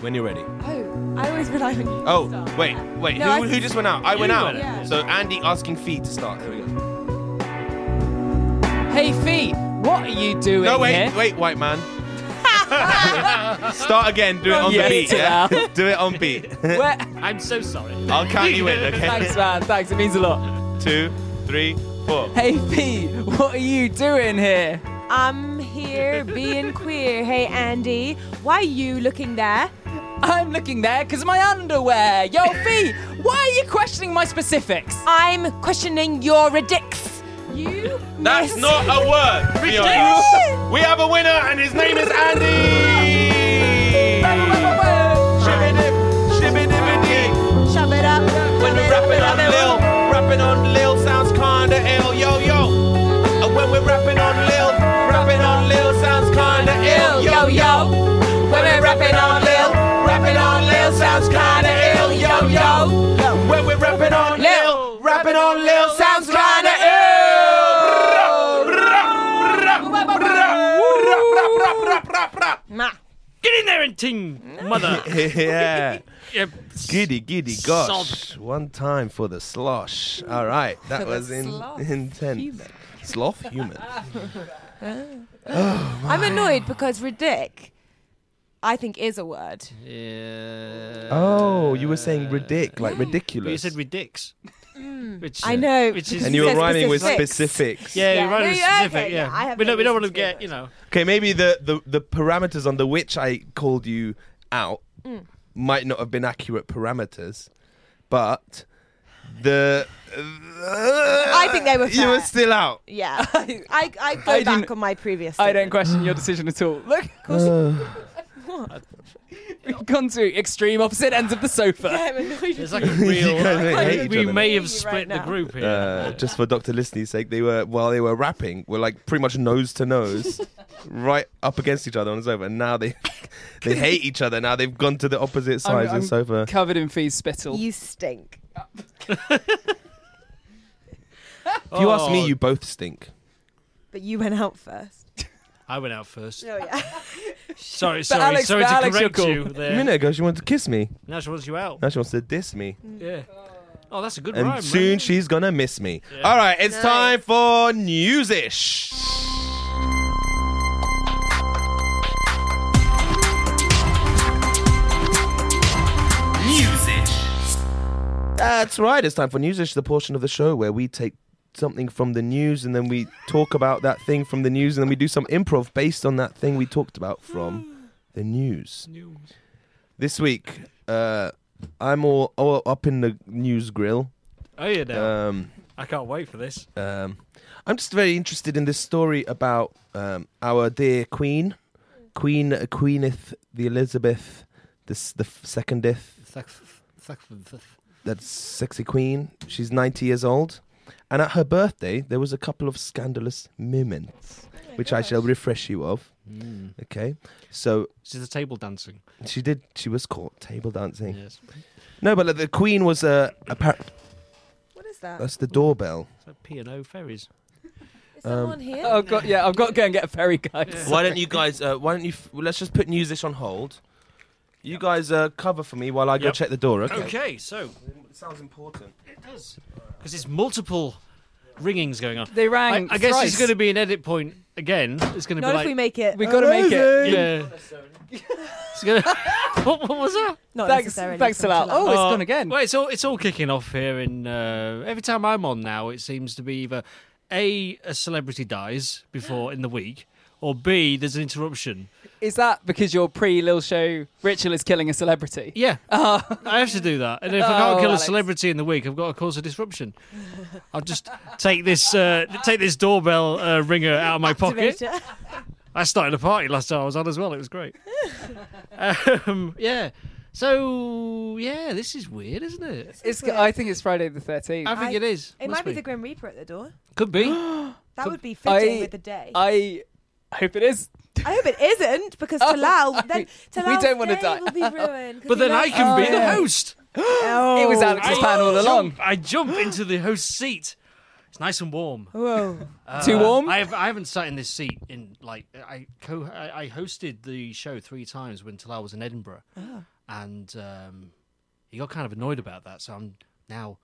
When you're ready. Oh, I always rely on you. Oh, wait, wait. No, who, I- who just went out? I went out. went out. So Andy asking Fee to start. There we go. hey Fee, what are you doing No, wait, here? wait, white man. start again. Do it on Yeah, the beat. to Yeah. now. do it on beat. Where- I'm so sorry. I'll count you in. Okay. Thanks, man. Thanks. It means a lot. Two, three, four. Hey Fee, what are you doing here? I'm here being queer. Hey, Andy. Why you looking there? I'm looking there because my underwear. Yo, V, why are you questioning my specifics? I'm questioning your redicks. You. That's not a word. Be honest. We have a winner, and his name is Andy. Shibbidip, shibbidibbidi. Shove it up. When we're rapping on Lil, rapping on Lil sounds kinda ill, yo yo. And when we're rapping on Lil, rapping on Lil sounds kinda ill, yo yo. When we're rapping on Lil, rapping on Lil sounds kinda ill, yo yo. When we're rapping on Lil, rapping on Lil sounds kinda ill. Rap, rap, rap, rap, rap, rap, rap, Nah. Get in there and ting, mother. rap. Yeah. yeah. Giddy, giddy, gosh. One time for the slosh. All right, that was in, intense. Sloth human. Oh, I'm annoyed because ridic, I think, is a word. Oh, you were saying ridic, like You ridiculous. said ridics. Which, I know. Which is- and you were said rhyming with specifics. specifics. Yeah, Yeah. you're right. No, it's yeah, okay, specific, yeah, I yeah. have We don't, we no don't want to reason to get, do you know. Okay, maybe the, the, the parameters on the which I called you out Mm. might not have been accurate parameters, but the. I think they were You were fair. still out. Yeah. I, I go I didn't- back on my previous. I don't statement. question your decision at all. Look, Uh. Uh. we've gone to extreme opposite ends of the sofa. I'm annoyed with It's you. like a You real. guys hate each we other. may have Right split the now. group here. uh, just for Dr. Listeny's sake, they were while they were rapping, were like pretty much nose to nose, right up against each other on the sofa. And now they they hate each other. Now they've gone to the opposite sides I'm- of the I'm sofa. Covered in fees spittle. You stink. If you Oh. ask me, you both stink. But you went out first. I went out first. Oh, yeah. Sorry, sorry, Alex- sorry but to Alex, correct you're cool. you A there. minute ago, she wanted to kiss me. Now she wants you out. Now she wants to diss me. Yeah. Oh, that's a good And rhyme. soon right? she's gonna miss me. All right, it's time for newsish. Music. That's right. It's time for newsish, the portion of the show where we take something from the news and then we talk about that thing from the news and then we do some improv based on that thing we talked about from the news. This week, uh, I'm all, all up in the news grill. Oh, yeah, now. Um, I can't wait for this. um, I'm just very interested in this story about um, our dear Queen, Queen Queeneth the Elizabeth, this the secondeth that sexy queen. She's 90 years old. And at her birthday, there was a couple of scandalous moments, Oh which I shall refresh you of. Hmm. Okay. So She's a table dancing. she did, she was caught table dancing. Yes. No, but the queen was a. Appar- What is that? Is that's the doorbell. Um, It's like P&O ferries. someone here? Oh god, yeah, I've got to go and get a ferry, guys. Why don't you guys, uh, why don't you, f- well, let's just put newsish on hold. You guys uh, cover for me while I go Yep. check the door, okay? Okay, so It sounds important. it does. Because it's multiple ringings going on. They I, rang. I guess thrice. it's going to be an edit point again. It's going to Not be if like we make it. We got to make it. yeah. it's going to. What, what was that? Not Thanks, necessarily. thanks a lot. Oh, it's Uh, gone again. Well, it's all it's all kicking off here, and uh, every time I'm on now, it seems to be either a a celebrity dies before in the week, or b there's an interruption. Is that because your pre-Lil Show ritual is killing a celebrity? Yeah, I have to do that, and if I can't Oh, kill Alex. a celebrity in the week, I've got to cause a disruption. I'll just take this uh, take this doorbell uh, ringer out of my pocket. Activator. I started a party last time I was on as well. It was great. um, yeah. So yeah, this is weird, isn't it? It's, I think it's Friday the 13th. I I- think it is. It Must might be the Grim Reaper at the door. Could be. That would be fitting I- with the day. I, I hope it is. hope it isn't because Oh, Talal, sorry. then We Talal's don't wanna day die. will be ruined. 'cause But he then I likes- can be Oh, the yeah. host. Oh. It was Alex's I plan all along. Jump, I jump into the host seat. It's nice and warm. Uh, Whoa. Too warm? I, have, I haven't sat in this seat in like I co I, I hosted the show three times when Talal was in Edinburgh, and um, he got kind of annoyed about that. So I'm now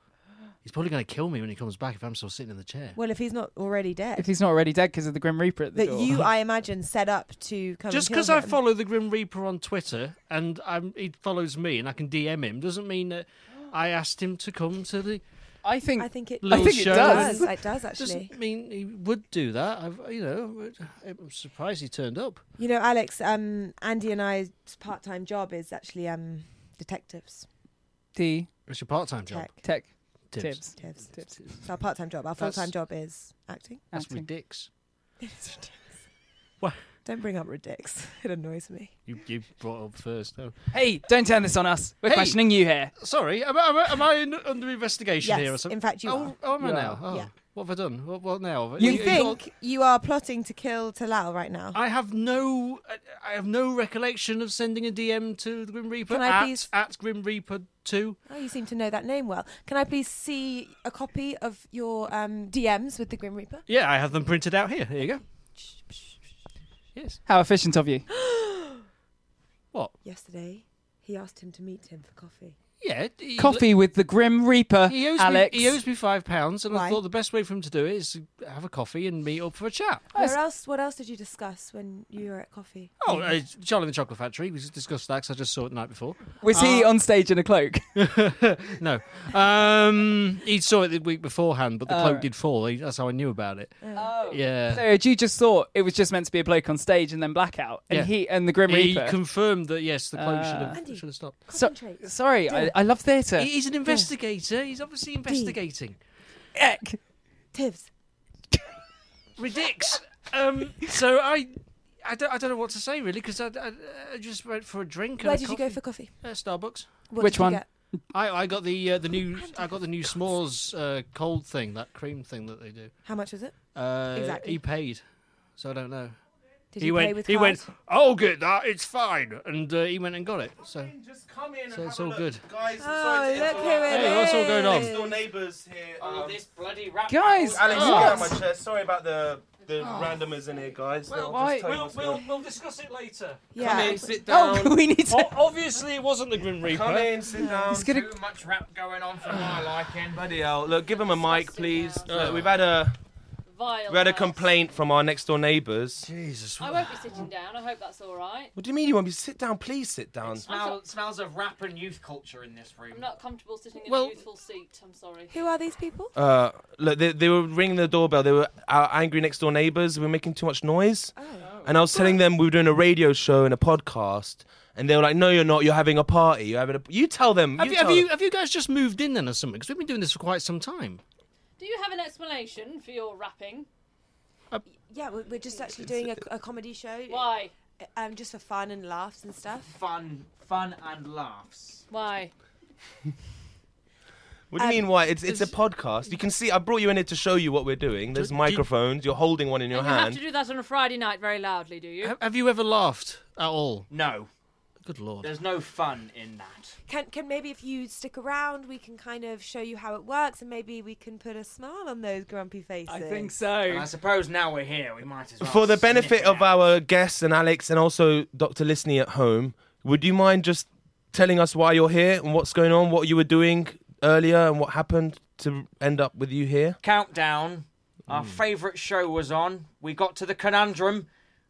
he's probably going to kill me when he comes back if I'm still sitting in the chair. Well, if he's not already dead, if he's not already dead because of the Grim Reaper at the that door. you, I imagine, set up to come. Just because because I follow the Grim Reaper on Twitter and I'm, he follows me and I can DM him doesn't mean that I asked him to come to the. I think. I think it. I think it does. It does actually. Doesn't mean he would do that. I've, you know, I'm surprised he turned up. You know, Alex, um, Andy and I's part-time job is actually um, detectives. D It's your part-time job. Tech. tech Tips. tips. Tips. Tips. It's our part-time job. Our That's- full-time job is acting. That's Acting. ridiculous. Don't bring up ridics. It annoys me. You, you brought up first. Oh. Hey, don't turn this on us. We're Hey. questioning you here. Sorry, am, I- am, I- am I in, under investigation Yes, here or something? in fact you oh, are. Oh, am I You now? are. Oh, Yeah. What have I done? What, what now? Have I- You, you- you think got- you are plotting to kill Talal right now? I have no, I- I have no recollection of sending a DM to the Grim Reaper Can I at, please- at Grim Reaper Two. oh, you seem to know that name well. Can I please see a copy of your um, DMs with the Grim Reaper? Yeah, I have them printed out here. Here you go. Yes. How efficient of you. What? Yesterday, he asked him to meet him for coffee. Yeah. he- Coffee with the Grim Reaper, He owes Alex. me. He owes me five pounds, and I Why? thought the best way for him to do it is to have a coffee and meet up for a chat. Where else? What else did you discuss when you were at coffee? Oh, uh, Charlie and the Chocolate Factory. We just discussed that 'cause I just saw it the night before. Uh, Was he Ah. on stage in a cloak? No, um, he saw it the week beforehand, but the Oh, cloak right. did fall. He, that's how I knew about it. Oh. Yeah. So you just thought it was just meant to be a bloke on stage and then blackout, and Yeah. he and the Grim he Reaper. confirmed that yes, the cloak Ah. should Andy. have should have stopped. So- Concentrate. sorry, I, I love theatre. He- He's an investigator. He's obviously investigating. Eck. Tivs. Redix. um, so I, I don't, I don't know what to say really because I, I, I just went for a drink. and Where a did you go coffee. for coffee? Uh, Starbucks. What Which did you one? get? I, I got the uh, the new I got the new s'mores uh, cold thing that cream thing that they do. How much was it? Uh, Exactly. He paid, so I don't know. Did he you went. pay with he card? went. I'll get that. It's fine. And uh, he went and got it. So Just come in and So it's have a all look. good. Guys, I'm Oh, sorry to look interrupt. who it Hey, what's all going on? is. Your neighbours here. um, bloody rat. Guys, Alex, what? get out of my chair. Sorry about the the randomers in here, guys. Well, why- just tell you what's going on. we'll discuss it later. Yeah. Come in, sit down. Oh, we need to. obviously, it wasn't the Grim Reaper. Come in, sit down. It's gonna- much rap going on for my liking. Bloody hell. Look, give him a mic, please. Look, we've had a we had a complaint from our next door neighbours. Jesus. I won't be sitting down. I hope that's all right. What do you mean you want me to sit down? Please sit down. Smell- smells of rap and youth culture in this room. I'm not comfortable sitting in Well- a youthful seat. I'm sorry. Who are these people? Uh, look, they, they were ringing the doorbell. They were our angry next door neighbours. We were making too much noise. Oh. And I was telling them we were doing a radio show and a podcast. And they were like, "No, you're not. You're having a party. You're having a. You tell them. Have you, tell have you them. have you guys just moved in then or something? Because we've been doing this for quite some time. Do you have an explanation for your rapping? Yeah, we're, we're just actually doing a, a comedy show. Why? Um, just for fun and laughs and stuff. Fun, fun and laughs. Why? What do you um, mean? Why? It's it's a podcast. You can see. I brought you in here to show you what we're doing. There's microphones. You're holding one in your You have to hand. do that on a Friday night very loudly, do you? Ha- Have you ever laughed at all? No, Good lord. there's no fun in that. Can can maybe if you stick around, we can kind of show you how it works, and maybe we can put a smile on those grumpy faces. I think so. And I suppose now we're here, we might as well. For the sniff benefit it of out. our guests and Alex and also Dr. Listening at home, would you mind just telling us why you're here and what's going on, what you were doing earlier, and what happened to end up with you here? countdown, our Hmm. favourite show was on. We got to the conundrum,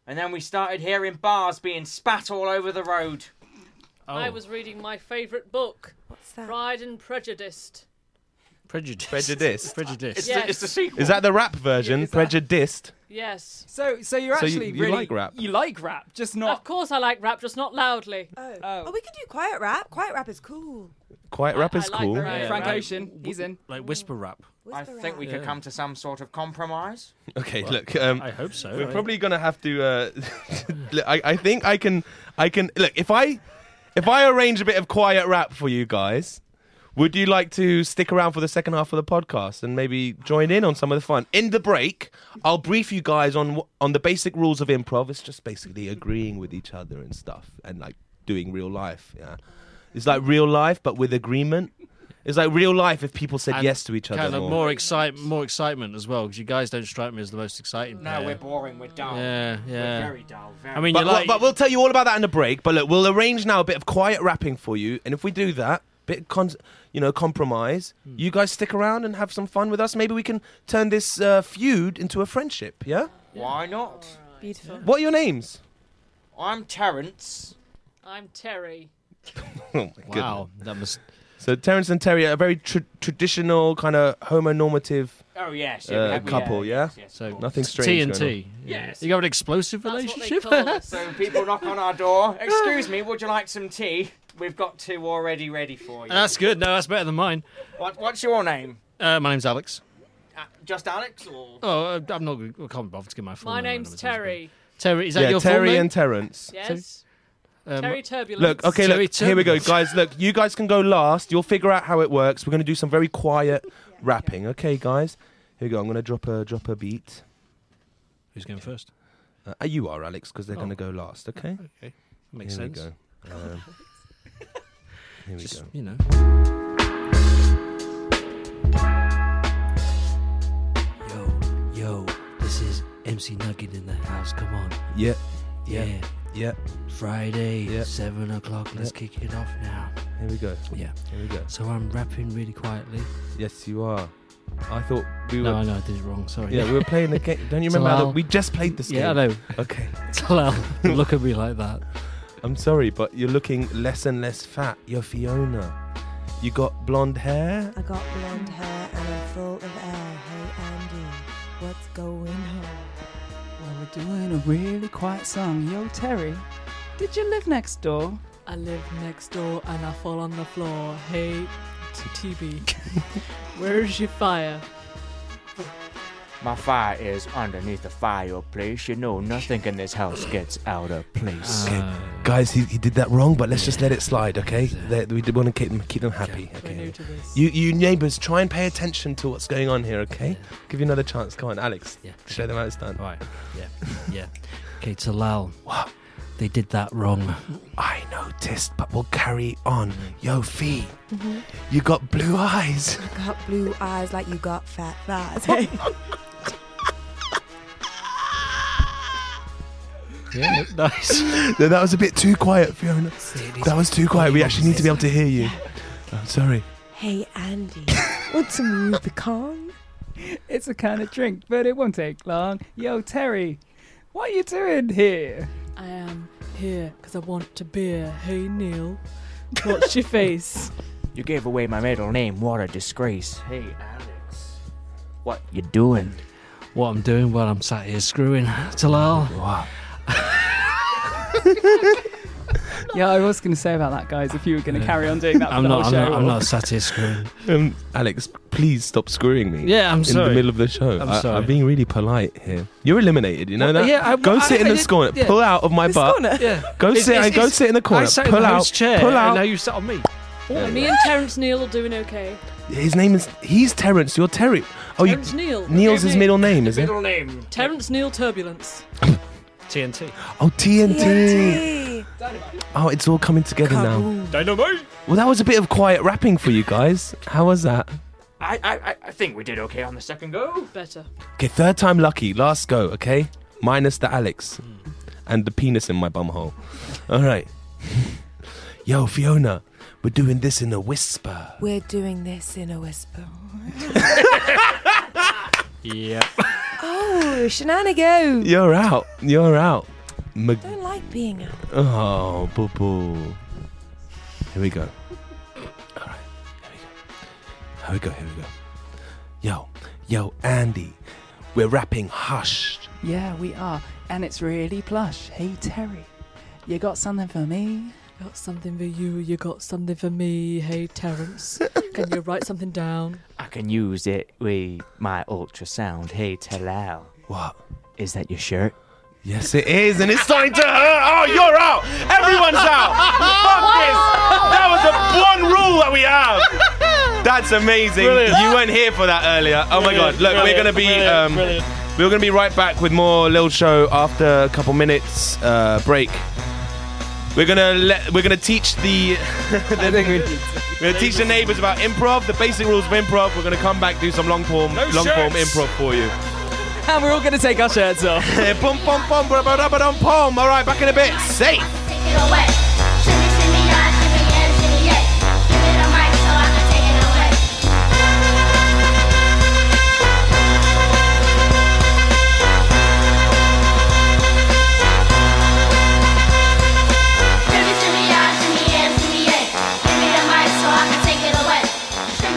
and then we started hearing bars being spat all over the road. Oh. oh. I was reading my favourite book, What's that? Pride and Prejudice. Prejudice. Prejudiced. Prejudice. It's, the, it's the sequel. Is that the rap version? Prejudiced. Yes. So, so you're So you- actually you really like rap? You like rap, just Of not. course I like rap, just not loudly. Oh. Oh. Oh, we could do quiet rap. Quiet rap is cool. Quiet rap I is like cool. the rap. Frank right. Ocean, he's in. Like whisper rap. I Whisper think we rap. could come to some sort of compromise. Okay, look. Um, I hope so. We're I- probably gonna have to. Uh, look, I, I think I can. I can look if I if I arrange a bit of quiet rap for you guys. Would you like to stick around for the second half of the podcast and maybe join in on some of the fun? In the break, I'll brief you guys on wh- on the basic rules of improv. It's just basically agreeing with each other and stuff, and like doing real life. Yeah, it's like real life but with agreement. It's like real life if people said And yes to each other. Kind of more. more excitement, more excitement as well, because you guys don't strike me as the most exciting. No, pair. we're boring, we're dull. Yeah, yeah. We're very dull. Very I mean, But, you like, we'll, but we'll tell you all about that in the break. But look, we'll arrange now a bit of quiet rapping for you, and if we do that, bit of con- you know compromise, Hmm. you guys stick around and have some fun with us. Maybe we can turn this uh, feud into a friendship. Yeah. why not? Beautiful. What are your names? I'm Terence. I'm Terry. Oh my wow, that must. So Terence and Terry are a very tra- traditional kind of homonormative. Oh, yes, yeah, we uh, have- couple. yeah, Yeah. yes, yes. So, nothing T strange. and going on. T. Yes. You got an explosive relationship? so people knock on our door. Excuse me, would you like some tea? We've got two already ready for you. That's good. No, that's better than mine. What, what's your name? Uh, my name's Alex. Uh, just Alex, or Oh, uh, I'm not. I can't be bothered to give my full My name. name's Terry. Terry, is that Yeah, your full Terry name? and Terrence. Yes. Um, Terry Turbulence. Look, okay, Terry look, here we go, Turbulence. guys. Look, you guys can go last. You'll figure out how it works. We're gonna do some very quiet rapping, okay, guys? Here we go. I'm gonna drop a drop a beat. Who's going first? Uh, you are, Alex, because they're Oh. gonna go last, okay? Okay. Makes Here we sense. go. Um, here we Just, go. you know. Yo, yo, this is MC Nugget in the house. Come on. Yeah. Yeah. Yeah. Friday, Yeah. 7 o'clock. Let's Yeah. kick it off now. Here we go. Yeah. Here we go. So I'm rapping really quietly. Yes, you are. I thought we were. No, I know, I did it wrong. Sorry. Yeah, we were playing the game. Don't you remember? how the- Talal. we just played this game. Yeah, I know. Okay. Talal, look at me like that. I'm sorry, but you're looking less and less fat. You're Fiona. You got blonde hair. I got blonde hair and I'm full of air. Hey Andy, what's going on? Well, we're doing a really quiet song. Yo, Terry, did you live next door? I live next door and I fall on the floor. Hey, t- TB, where's your fire? my fire is underneath the fireplace. You know, nothing in this house gets out of place. Okay. Ah. Guys, he, he did that wrong, but let's just let it slide, okay? They- we did want to keep them keep them happy. Okay. You you neighbours, try and pay attention to what's going on here, okay? Give you another chance. Come on, Alex. Yeah. Show them how it's done. All right. Yeah. Yeah. Okay, Talal. What? They did that wrong. I noticed, but we'll carry on. Yo, Fee, you got blue eyes. Mm-hmm. I got blue eyes like you got fat thighs. Hey. Yeah, nice. no, that was a bit too quiet, Fiona. That was too quiet. We actually need to be able to hear you. I'm sorry. hey Andy, want some Rubicon? It's a kind of drink, but it won't take long. Yo, Terry, what are you doing here? I am here because I want a beer. Hey, Neil, what's your face? You gave away my middle name. What a disgrace. Hey, Alex. What you doing? What I'm doing while I'm sat here screwing. Talal. Wow. Yeah, I was going to say about that, guys, if you were going to carry on doing that for I'm the not, whole I'm show. not. I'm not sat here screwing. Um, Alex, please stop screwing me. Yeah, I'm in sorry. the middle of the show. I'm I, sorry. am being really polite here. You're eliminated. You know Well, that. yeah, I- go I- sit I in the did- corner. yeah. Pull out of my butt. Yeah. Go It's- sit. it's- and go it's- sit in the corner. I sat in pull the out. host chair. pull And now out. you sat on me. me and Terence Neil are doing okay. His name is. He's Terrence. You're Terry. Oh, you. Terrence Neil. Neil's his middle name, is it? name. Terence Neil Turbulence. TNT. Oh, TNT. Oh, it's all coming together now. Dynamite! Well, that was a bit of quiet rapping for you guys. How was that? I, I, I- I think we did okay on the second go. Better. Okay, third time lucky. Last go, okay? Minus the Alex and the penis in my bumhole. All right. Yo, Fiona, we're doing this in a whisper. We're doing this in a whisper. Yeah. oh, shenanigans! You're out. You're out. Mag- I don't like being out. oh, boo boo. Here we go. All right. Here we go. Here we go. Here we go. Yo, yo, Andy, we're rapping hush. Yeah, we are. And it's really plush. Hey, Terry, you got something for me? Got something for you. You got something for me. Hey, Terence, can you write something down? I can use it with my ultrasound. Hey, Talal. What? Is that your shirt? Yes, it is, and it's starting to hurt. Oh, you're out. Everyone's out. Fuck this. That was the one rule that we have. That's amazing. Brilliant. You weren't here for that earlier. Oh my god. Brilliant, Look, we're brilliant, gonna be brilliant, um, brilliant. we're gonna be right back with more Lil Show after a couple minutes uh, break. We're gonna let we're gonna teach the, the we're gonna teach the neighbours about improv, the basic rules of improv. We're gonna come back do some long form No long form shirts. improv for you. And we're all going to take our shirts off. Pom pom pom, bra bra bra pom. All right, back in a bit. Safe. Give me the mic so I can take it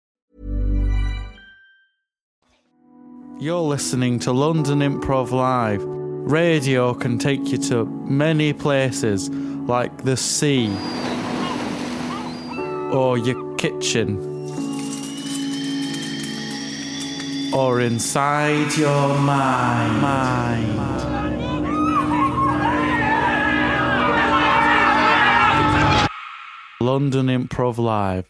You're listening to London Improv Live. Radio can take you to many places, like the sea or your kitchen. Or inside your mind. London Improv Live.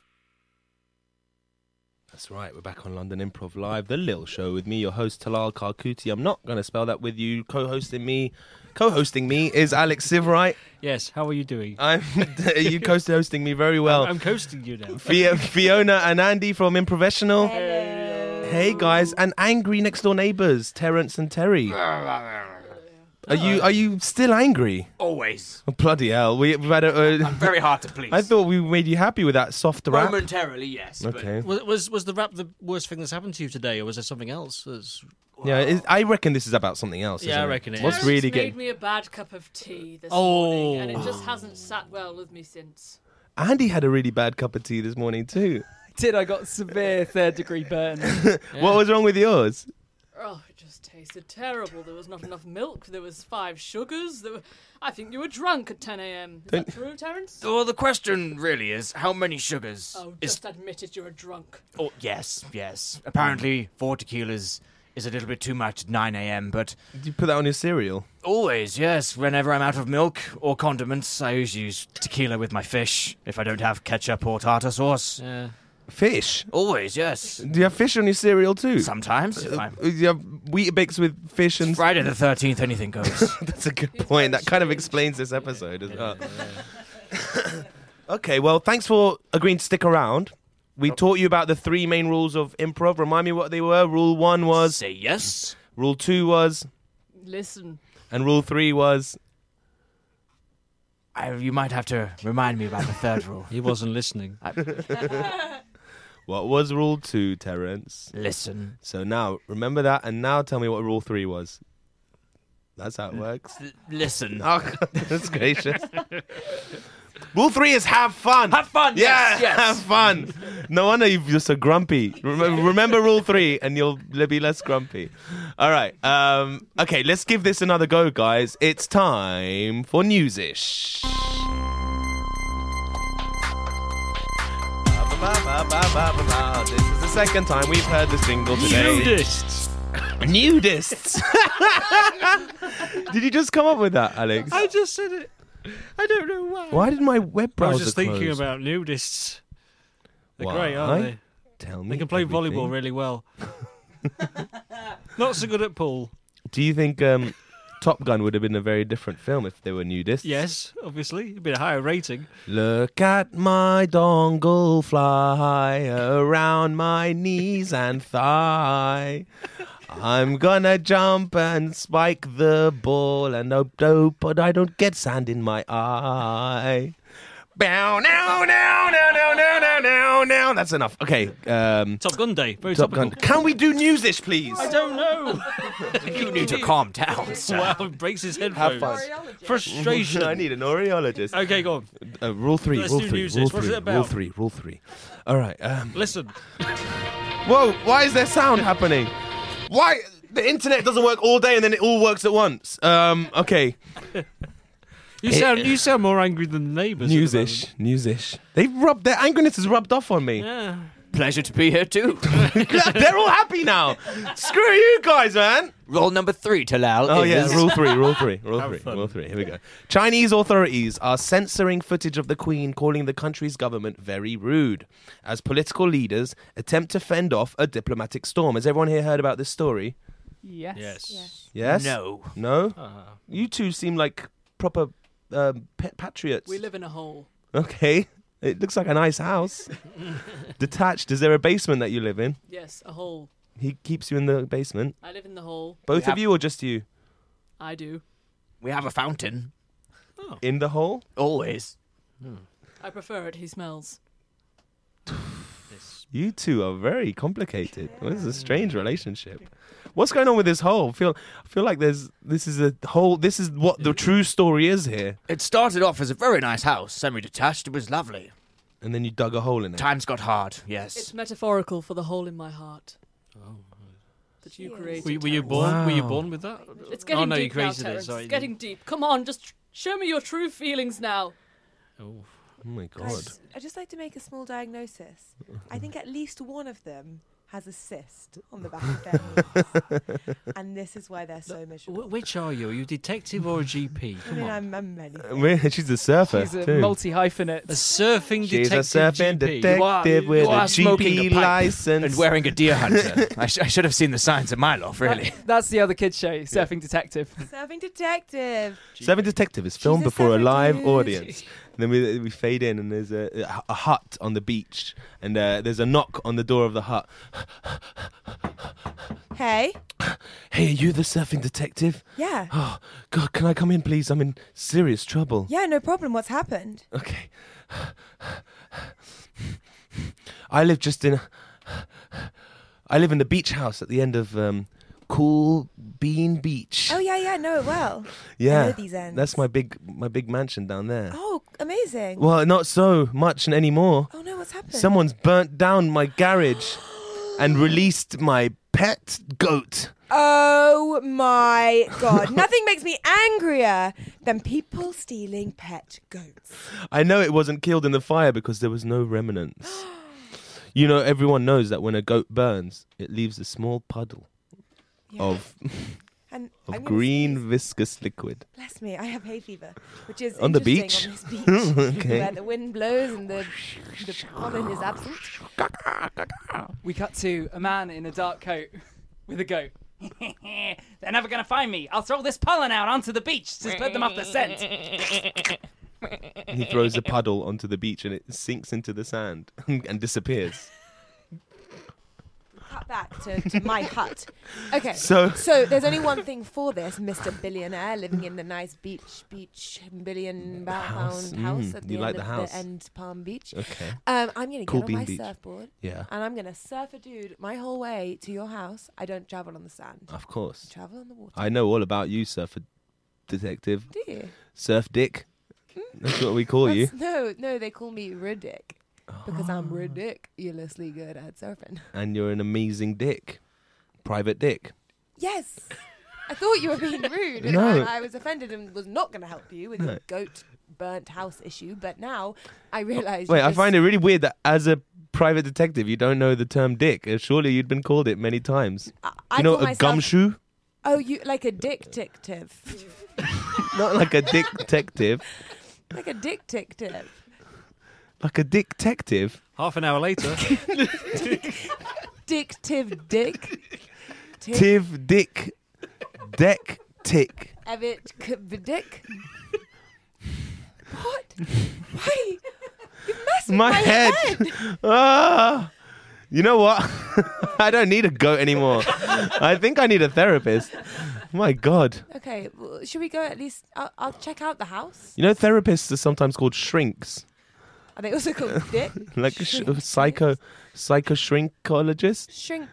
That's right. We're back on London Improv Live, the Lil Show, with me, your host Talal Karkuti. I'm not going to spell that with you. Co-hosting me, co-hosting me is Alex Sivright. Yes. How are you doing? I'm. you co-hosting me very well. I'm coasting you now. Fi- Fiona and Andy from Improfessional. Hey guys, and angry next door neighbours Terence and Terry. Are you are you still angry? Always. Oh, bloody hell! We, we've had a, uh, Very hard to please. I thought we made you happy with that soft rap. Momentarily, yes. Okay. Was, was was the rap the worst thing that's happened to you today, or was there something else? That's... Yeah, it, I reckon this is about something else. Yeah, I isn't reckon it What's is. really made getting? me a bad cup of tea this Oh. morning, and it just hasn't sat well with me since. Andy had a really bad cup of tea this morning too. Did I got severe third degree burn? What was wrong with yours? Oh, it just tasted terrible. There was not enough milk. There was five sugars. There were... I think you were drunk at 10 a.m. Is that true, Terence? Well, the question really is how many sugars? Oh, is... just admit it. You're a drunk. oh yes, yes. Apparently, four tequilas is a little bit too much at 9 a.m., but. Did you put that on your cereal? Always, yes. Whenever I'm out of milk or condiments, I always use tequila with my fish if I don't have ketchup or tartar sauce. Yeah. Fish? Always, yes. Do you have fish on your cereal too? Sometimes. if I'm- Uh, you have wheat bakes with fish and Friday the 13th, anything goes. That's a good point. That kind of explains this episode as well. okay, well, thanks for agreeing to stick around. We taught you about the three main rules of improv. Remind me what they were. Rule one was say yes. Rule two was, Listen. and rule three was I, you might have to remind me about the third rule. he wasn't listening. what was rule two, Terence? Listen. So now remember that, and now tell me what rule three was. That's how it works. Listen. Oh, goodness gracious. Rule three is have fun. Have fun. Yeah, yes, yes. have fun. No wonder you- you're so grumpy. Remember, remember rule three, and you'll be less grumpy. All right. Um, okay, let's give this another go, guys. It's time for newsish. Ba-ba-ba-ba-ba-ba. This is the second time we've heard this jingle today. Nudists. Nudists. Did you just come up with that, Alex? I just said it. I don't know why. Why did my web I browser was just thinking close? about nudists. They're Why? great, aren't they? Tell me They can play everything. volleyball really well. Not so good at pool. Do you think um, Top Gun would have been a very different film if they were nudists? Yes, obviously, a bit higher rating. Look at my dongle fly around my knees and thigh. I'm gonna jump and spike the ball and hope, hope but I don't get sand in my eye. Bow now, now, now, now, now, now, now, now. That's enough. Okay. Um, Top Gun Day. Very Top Gun. Can we do newsish, please? I don't know. You need to calm down, sir. Wow, it breaks his head. Have fun. Frustration. I need an aureologist. Okay, go on. Uh, rule three. Let's rule do three. news Rule this. What's three. it Rule about? three. Rule three. All right. Um, Listen. Whoa! Why is there sound happening? Why the internet doesn't work all day and then it all works at once? Um. Okay. You sound you sound more angry than the neighbours. at the Newsish. Newsish. They've rubbed their angriness has rubbed off on me. moment. Yeah. pleasure to be here too. They're all happy now. Screw you guys, man. Roll number three, Talal. Oh yeah, is- rule three, rule three, rule three, rule three. Here we go. Chinese authorities are censoring footage of the Queen calling the country's government very rude as political leaders attempt to fend off a diplomatic storm. Has everyone here heard about this story? Yes. Yes. Yes. No. No. Uh-huh. You two seem like proper um, pa- patriots. We live in a hole. Okay. It looks like a nice house. Detached. Is there a basement that you live in? Yes, a hole. He keeps you in the basement. I live in the hole. Both of you or just you? I do. We have a fountain. In the hole? Always. I prefer it. He smells. You two are very complicated. This is a strange relationship. What's going on with this hole? I feel I feel like there's this is a whole this is what the true story is here. It started off as a very nice house, semi-detached. It was lovely. And then you dug a hole in it. Times got hard. Yes. It's metaphorical for the hole in my heart. Oh, That you created. Were, were you Terrence. born? Were you born with that? It's getting oh no, deep you created now, it. Terrence. Sorry. It's getting deep. Come on, just tr- show me your true feelings now. Oh. Oh my god. Guys, I'd just like to make a small diagnosis. I think at least one of them has a cyst on the back of their knees. and this is why they're so miserable. Wh- Which are you? Are you a detective or a GP? I Come mean, on. I'm, I'm many. We're- She's a surfer. She's a too. multi hyphenate. A surfing She's a detective. surfing GP. detective with you a are smoking a GP pipe license and wearing a deer hunter. I, sh- I should have seen the signs a mile off, really. That's the other kid's show, Surfing Detective. Serving detective. Seven Detective is filmed Jesus, before a Seven live Dude. audience. And then we, we fade in, and there's a, a hut on the beach, and uh, there's a knock on the door of the hut. Hey. Hey, are you the surfing detective? Yeah. Oh, God, can I come in, please? I'm in serious trouble. Yeah, no problem. What's happened? Okay. I live just in. I live in the beach house at the end of um, Cool Bean Beach. Oh, yeah, yeah, know it well. yeah, I know these ends. that's my big my big mansion down there. Oh, amazing. Well, not so much n- anymore. Oh, no, what's happened? Someone's burnt down my garage and released my pet goat. Oh my god. Nothing makes me angrier than people stealing pet goats. I know it wasn't killed in the fire because there was no remnants. you know, everyone knows that when a goat burns, it leaves a small puddle of And of I'm gonna green viscous liquid. Bless me, I have hay fever, which is On the interesting beach? On this beach, Okay. where the wind blows and the, the pollen is absent. We cut to a man in a dark coat with a goat. They're never going to find me. I'll throw this pollen out onto the beach to split them off the scent. He throws the puddle onto the beach and it sinks into the sand and disappears. Cut back to, to my hut. Okay. So- so there's only one thing for this, Mr. Billionaire, living in the nice beach, beach billion ba- House, pound house mm, at the you end like of the house. the end Palm Beach. Okay. Um, I'm gonna Cool get on Bean my Beach. surfboard. Yeah. And I'm gonna surf a dude my whole way to your house. I don't travel on the sand. Of course. I travel on the water. I know all about you, surfer detective. Do you? Hmm? Surf dick. That's what we call you. That's- No, no, they call me Riddick because I'm Oh. ridiculously good at surfing. And you're an amazing dick. Private dick. Yes. I thought you were being rude, and No. I, I was offended and was not going to help you with No. Oh, your goat burnt house issue. But now I realise. Wait, you I just- find it really weird that as a private detective, you don't know the term dick. Uh, Surely you'd been called it many times. I you know, call a myself- gumshoe? Oh, you like a dictative, Not like a dick detective. like a dictative. Like a dick detective? Half an hour later. Dictive dick. Tiv dick. Deck tick. Evit dick. What? Why? You messed with My, head. ah. You know what? I don't need a goat anymore. I think I need a therapist. My God. Okay, well, should we go at least? I'll, I'll check out the house. You know, therapists are sometimes called shrinks. Are they also called Oh, dick? like a sh- psycho psycho shrinkologist Shrink.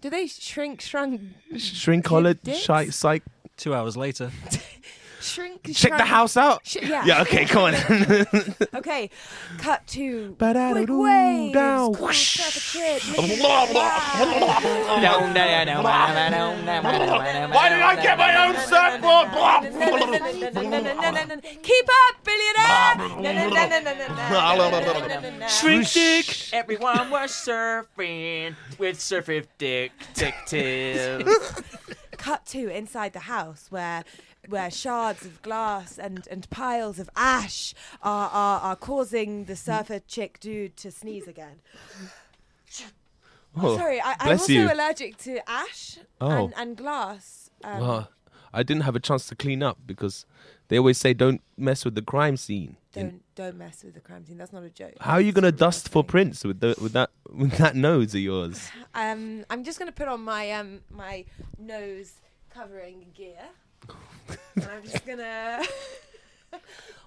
Do they shrink shrunk? shrinkolo Dicks? shy psych Two hours later. Shrink. Check the shrunk- house out. Sh- yeah. Yeah. Okay. Come on. okay. Cut to quick waves. Down. No, no, no, no, no, no, no, no, no, no, no. Why did I get my own surfboard? Keep up, billionaire. Shrink dick. Everyone was surfing with surfing dick detectives. Cut to inside the house where where shards of glass and, and piles of ash are, are, are causing the surfer chick dude to sneeze again. Oh, Sorry, I, I'm bless also you. allergic to ash Oh. and, and glass. Um, well, I didn't have a chance to clean up because they always say don't mess with the crime scene. Don't don't mess with the crime scene. That's not a joke. How are you gonna dust for prints with the, with that with that nose of yours? Um, I'm just gonna put on my um my nose covering gear. and I'm just gonna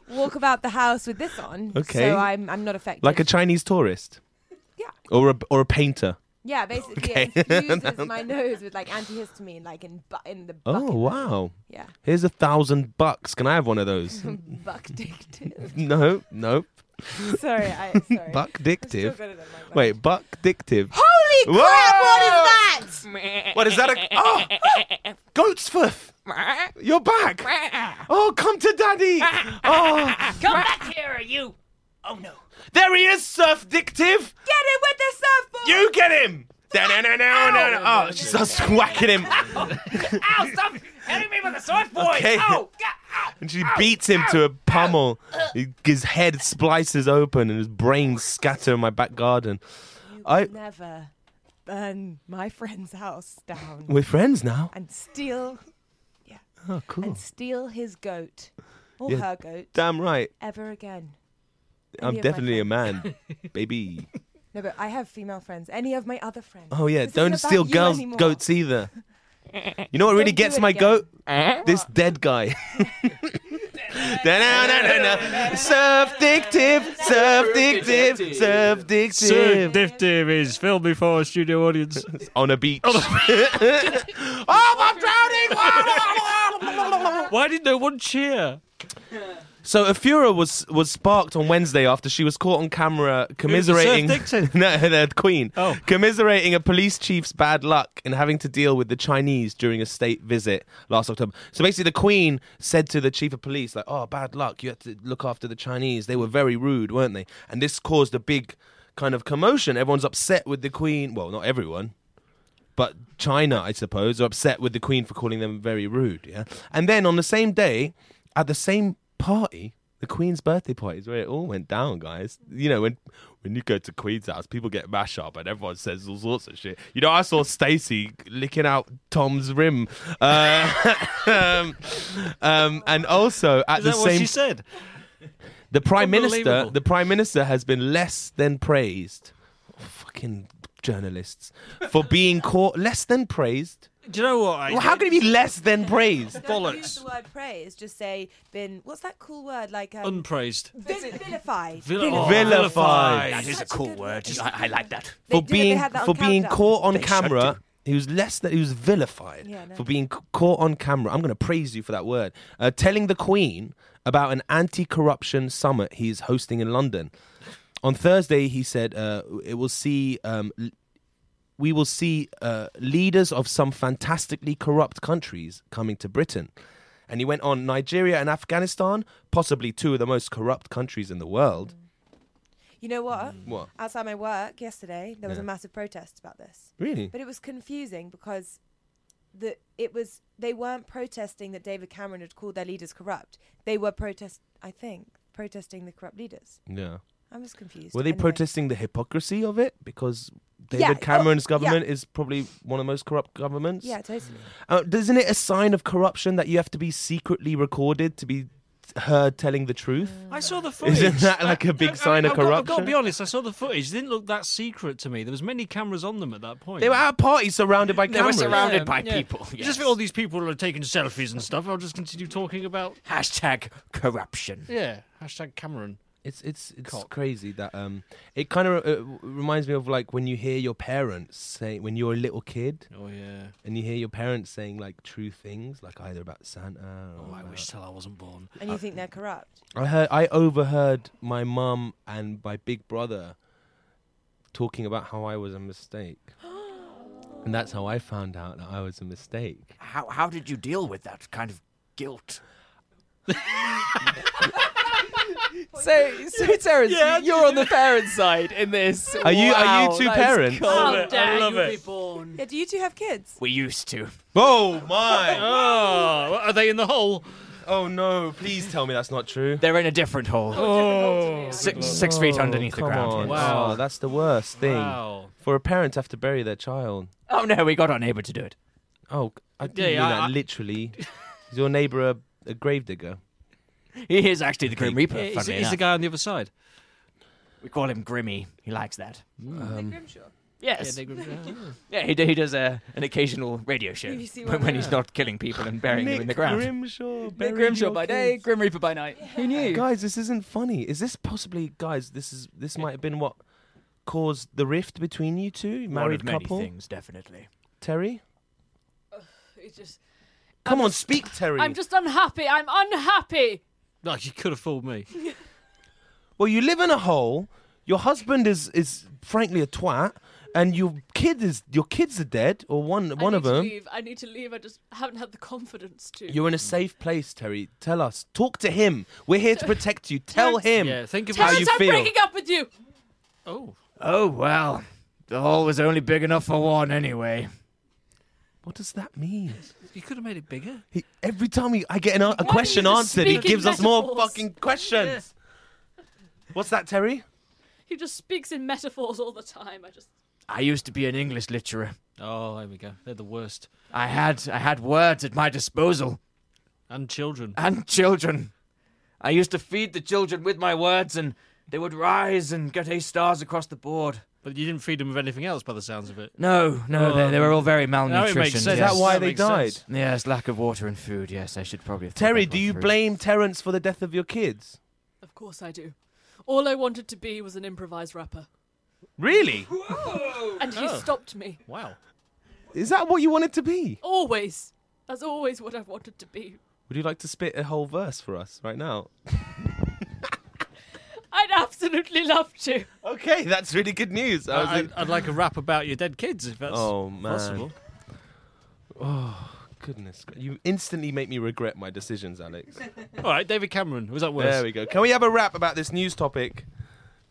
walk about the house with this on. Okay. So I'm I'm not affected. Like a Chinese tourist. Yeah. Or a or a painter. Yeah, basically Okay. it infuses my nose with like antihistamine, like in bu- in the Oh bucket. wow. Yeah. Here's a thousand bucks. Can I have one of those? Buck dictive. no, nope. Sorry, I sorry. Buck I'm still good at dictive. it, like, Wait, buck dictive. Holy crap! What Whoa! is that? What is that? A, oh, ah, goat's foof. You're back. Oh, come to daddy. Oh, Come back here, you. Oh no. there he is, surf dictive. Get him with the surfboard. You get him. No, no, no, no, no. Oh, she starts whacking him, Ow! Stop hitting me with a surfboard. Oh. Okay. Ow! and she beats him to a pummel. His head splices open, and his brains scatter in my back garden. I Never burn my friend's house down. We're friends now. And steal oh cool. and steal his goat or Yeah, her goat. damn right. Ever again. I'm Any of my definitely a friends. man, baby. No, but I have female friends. Any of my other friends. Oh yeah, This isn't don't about steal you girls' anymore. goats either. You know what really Don't do gets it my again. goat? This dead guy. Da-na-na-na-na. Surf dictive, surf dictive, surf Sir dictive. Diftive is filmed before a studio audience. On a beach. Oh, I'm drowning! Why did no one cheer? So a furor was was sparked on Wednesday after she was caught on camera commiserating Surf no, the Queen oh. commiserating a police chief's bad luck in having to deal with the Chinese during a state visit last October. So basically, the Queen said to the chief of police, like, "Oh, bad luck! You had to look after the Chinese. They were very rude, weren't they?" And this caused a big kind of commotion. Everyone's upset with the Queen. Well, not everyone but China, I suppose, are upset with the Queen for calling them very rude. Yeah, and then on the same day, at the same party, the Queen's birthday party is where it all went down, guys. You know when when you go to Queen's house, people get mash up and everyone says all sorts of shit. You know, I saw Stacey licking out Tom's rim, uh, um, um, and also at Is the that same what she said? the prime minister, Unbelievable. the prime minister has been less than praised. Fucking journalists for being caught less than praised. Do you know what? I Well, how can it be less than praised? Don't use the word praise. Just say been. What's that cool word? Like um, Unpraised. vil- vilified. Vilified. Vilified. That is a cool word. I, I like that. They for did it, they being had that on for being Countdown. caught on They shut camera. He was less than he was vilified Yeah, no. for being c- caught on camera. I'm going to praise you for that word. Uh, telling the Queen about an anti-corruption summit he's hosting in London on Thursday. He said uh, it will see. Um, l- we will see uh, leaders of some fantastically corrupt countries coming to Britain. And he went on Nigeria and Afghanistan, possibly two of the most corrupt countries in the world. You know what? What? Outside my work yesterday, there was a Yeah. massive protest about this. Really? But it was confusing because the it was they weren't protesting that David Cameron had called their leaders corrupt. They were protest. I think protesting the corrupt leaders. Yeah. I was confused. Were they Anyway. protesting the hypocrisy of it? Because David Yeah, oh, Cameron's yeah. government is probably one of the most corrupt governments. Yeah, totally. Uh, isn't it a sign of corruption that you have to be secretly recorded to be heard telling the truth? Mm. I saw the footage. Isn't that like a big sign of I've got, I've got to corruption? be honest. I saw the footage. It didn't look that secret to me. There was many cameras on them at that point. They were at a party surrounded by They cameras. Yeah, yeah. Just for all these people are taking selfies and stuff, I'll just continue talking about Hashtag corruption. yeah. Hashtag Cameron. It's it's it's Cock. crazy that um it kind of uh, w- reminds me of like when you hear your parents say when you're a little kid. Oh yeah. And you hear your parents saying like true things like either about Santa. Or oh, I wish till I wasn't born. And you think they're corrupt? I heard I overheard my mum and my big brother talking about how I was a mistake. and that's how I found out that I was a mistake. How how did you deal with that kind of guilt? So, so Terrence, Yeah, you- you're on the parent side in this. Are you- are you Wow, two that is parents? cool. Love Oh, it, I How dare love you it. be born? Yeah, do you two have kids? We used to. Oh my! oh, are they in the hole? Oh no! Please tell me that's not true. They're in a different hole. Oh, Six, six feet underneath the come ground. on. yes. Wow, Oh, that's the worst thing Wow. for a parent to have to bury their child. Oh no, we got our neighbour to do it. Oh, I didn't Yeah, mean I- that literally. Is your neighbour a, a gravedigger? He is actually the Grim Reaper. Yeah, he's- funnily he's the enough. guy on the other side. We call him Grimmy. He likes that. Um, Yes. Yeah, Yeah. he, do, he does a, an occasional radio show You see when, one, when he's yeah. not killing people and burying them in the ground. Grimshaw, Nick Grimshaw by day, Grim Reaper by night. Who knew? Uh, Guys, this isn't funny. Is this possibly, guys? This is this might have been what caused the rift between you two, One married of many couple. things, definitely. Terry, It's just. come on, speak, Terry. I'm just unhappy. I'm unhappy. Like you could have fooled me. Well, you live in a hole. Your husband is is frankly a twat, and your kid is your kids are dead, or one I one need of to them. Leave. I need to leave. I just haven't had the confidence to. You're in a safe place, Terry. Tell us. Talk to him. We're here to protect you. Tell him. Yeah, think Tell us I'm breaking up with you. Oh. Oh well, the hole was only big enough for one anyway. What does that mean? You could have made it bigger. He, every time he, I get an, a don't question you just answered, he speak in gives us more metaphors? fucking questions. What's that, Terry? He just speaks in metaphors all the time. I just. I used to be an English literature. Oh, there we go. They're the worst. I had I had words at my disposal And children. and children. I used to feed the children with my words, and they would rise and get A stars across the board. But you didn't feed them with anything else, by the sounds of it. Oh. No, no, they, they were all very Now it malnutrition. makes sense. yes. died? Yes, lack of water and food. Yes, I should probably. Have thought Terry, that do one you through. blame Terrence for the death of your kids? Of course I do. All I wanted to be was an improvised rapper, Really? and he Oh. stopped me. Wow. Is that what you wanted to be? Always. That's always what I've wanted to be. Would you like to spit a whole verse for us right now? I'd absolutely love to. Okay, that's really good news. I was I, would I'd like a rap about your dead kids if that's Oh, man. possible. Oh, goodness. gra- You instantly make me regret my decisions, Alex. All right, David Cameron. Was that worse? There we go. Can we have a rap about this news topic,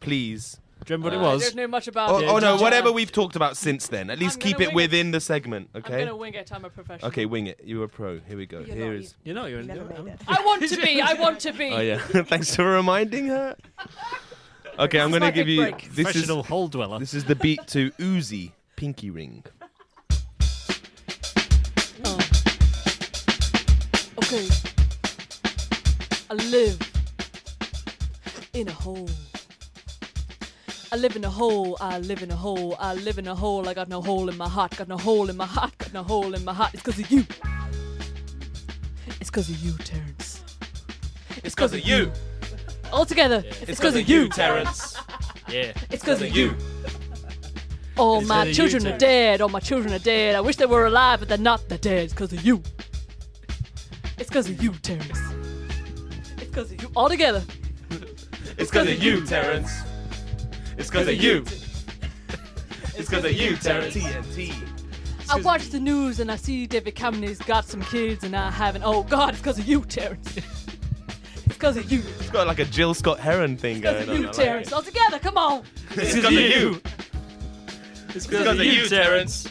please? Do you remember Uh, I don't know much about Oh, it. oh, no, Ginger. whatever we've talked about since then. At least I'm keep gonna it wing it. within the segment, okay? I'm gonna wing it. I'm a professional. Okay, wing it. You're a pro. Here we go. You're Here not, is. You know, you're. I want to be. I want to be. Oh yeah. Thanks for reminding her. Okay, I'm gonna Slight give you break. this is Professional hole dweller. This is the beat to Uzi Pinky Ring. Okay. I live in a hole. I live in a hole, I live in a hole, I live in a hole. I got no hole in my heart, got no hole in my heart, got no hole in my heart. It's because of you. It's because of you, Terrence. It's because of you. All together. It's because of you. Terrence. Yeah. It's because of you. All my children are dead. All my children are dead. I wish they were alive, but they're not. They're dead. It's because of you. It's because of you, Terrence. It's because of you. All together. It's because of you, Terrence. It's because of you. It's because of you, Terrence. TNT. I watch the news and I see David Cameron's got some kids and I haven't. Oh God, it's because of you, Terrence. it's because of you. It's got like a Jill Scott Heron thing going on. I You, like Terrence. it. All together. Come on. It's because of you. It's because of you, Terrence.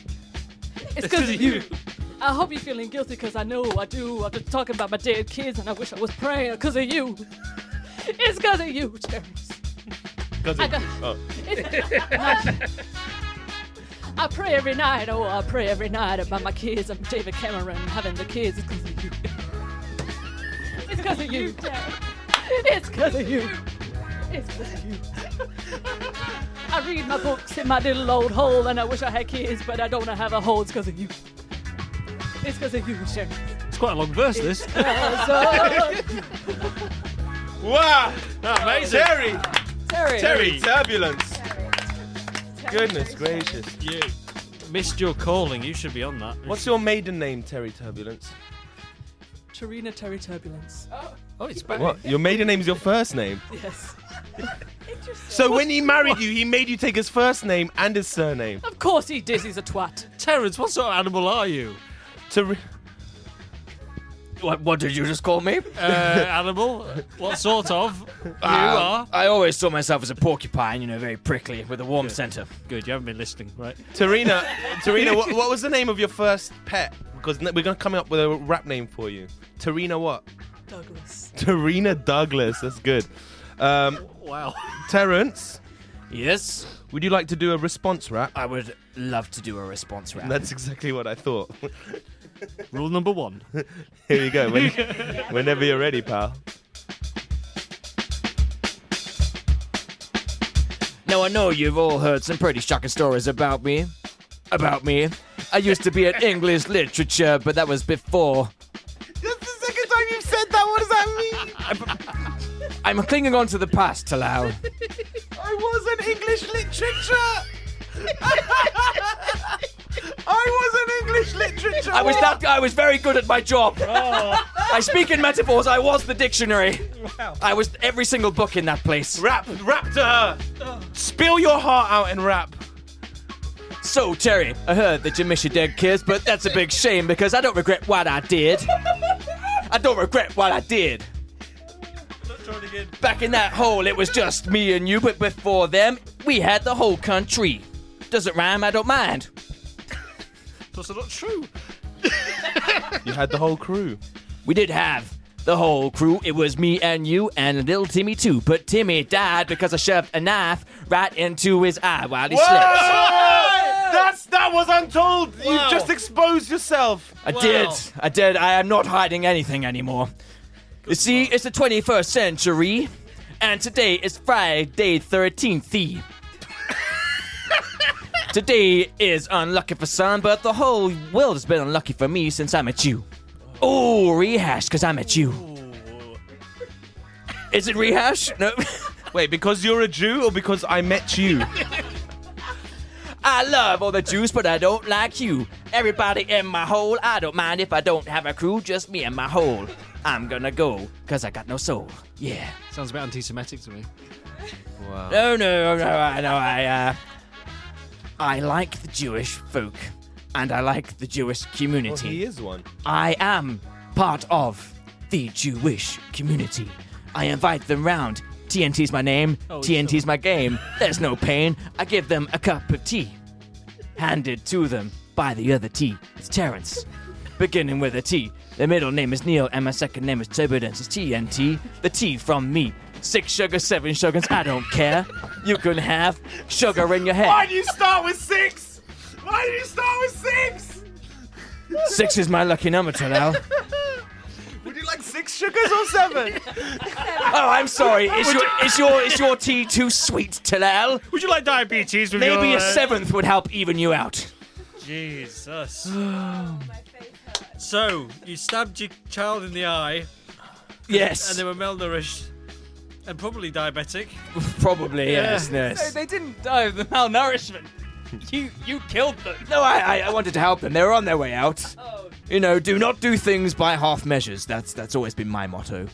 It's because of you. I hope you're feeling guilty because I know I do. I've been talking about my dead kids and I wish I was praying because of you. It's because of you, Terrence. Because I of got- you. Oh. It's- I pray every night, oh, I pray every night about my kids. I'm David Cameron having the kids. It's because of you. It's because of you. It's because of you. It's because of you. I read my books in my little old hole and I wish I had kids, but I don't have a hole. It's because of you. It's because of you, Sharon. It's quite a long verse, this. Because of you. Wow! Amazing. Terry! Terry. Terry, turbulence. Goodness gracious. You missed your calling. You should be on that. What's your maiden name, Terry Turbulence? Tarina Terry Turbulence. Oh, it's What? Your maiden name's your first name? Yes. So when he married you, he made you take his first name and his surname. Of course he did. He's a twat. Terrence, what sort of animal are you? Ter- What, what did you just call me? Um, Uh, animal? What sort of? You are? I always saw myself as a porcupine, you know, very prickly with a warm centre. Good, you haven't been listening, right? Tarina, Tarina, what, what was the name of your first pet? Because n- we're gonna come up with a rap name for you. Tarina what? Douglas. Tarina Douglas. That's good. Um, wow. Terrence. Yes. Would you like to do a response rap? I would love to do a response rap. That's exactly what I thought. Rule number one. Here you go. When, whenever you're ready, pal. Now I know you've all heard some pretty shocking stories about me. About me. I used to be at English literature, but that was before. Second time you've said that. What does that mean? I'm clinging on to the past, Talal. I was an English literature. I was an English literature. I was that. I was very good at my job. I speak in metaphors. I was the dictionary. I was every single book in that place. Rap, rap to her. Spill your heart out and rap. So Terry, I heard that you miss your dead kids, but that's a big shame because I don't regret what I did. I don't regret what I did. Back in that hole, it was just me and you, but before them, we had the whole country. Doesn't rhyme, I don't mind. That's not true. You had the whole crew. We did have the whole crew. It was me and you and little Timmy too. But Timmy died because I shoved a knife right into his eye while he slept. That's that was untold. Wow. You've just exposed yourself. I did. I did. I am not hiding anything anymore. You see, it's the 21st century, and today is Friday 13th. today is unlucky for some, but the whole world has been unlucky for me since I met you. Oh, rehash, because I met you. Is it rehash? No. Wait, because you're a Jew or because I met you? I love all the Jews, but I don't like you. Everybody in my hole, I don't mind if I don't have a crew, just me and my hole. I'm gonna go, cause I got no soul. Yeah. Sounds a bit anti-Semitic to me. Wow. No, no, no, I know, I, uh. I like the Jewish folk, and I like the Jewish community. Well, he is one. I am part of the Jewish community. I invite them round. TNT's my name, Oh, TNT's my game. There's no pain. I give them a cup of tea. Handed to them by the other T. It's Terrence. Beginning with a T. The middle name is Neil, and my second name is Turbulence. It's TNT. The T from me. Six sugar, seven sugars, I don't care. You can have sugar in your Why head. do you start with six? Why do you start with six? Six is my lucky number, Talal. Would you like six sugars or seven? Oh, I'm sorry. Is your is your is your tea too sweet, Talal? Would you like diabetes? With Maybe your, a uh, seventh would help even you out. Jesus. so you stabbed your child in the eye. Yes. And they were malnourished and probably diabetic. Probably yes, So yes. they didn't die of the malnourishment. You you killed them. No, I, I I wanted to help them. They were on their way out. Oh. You know, do not do things by half measures. That's that's always been my motto.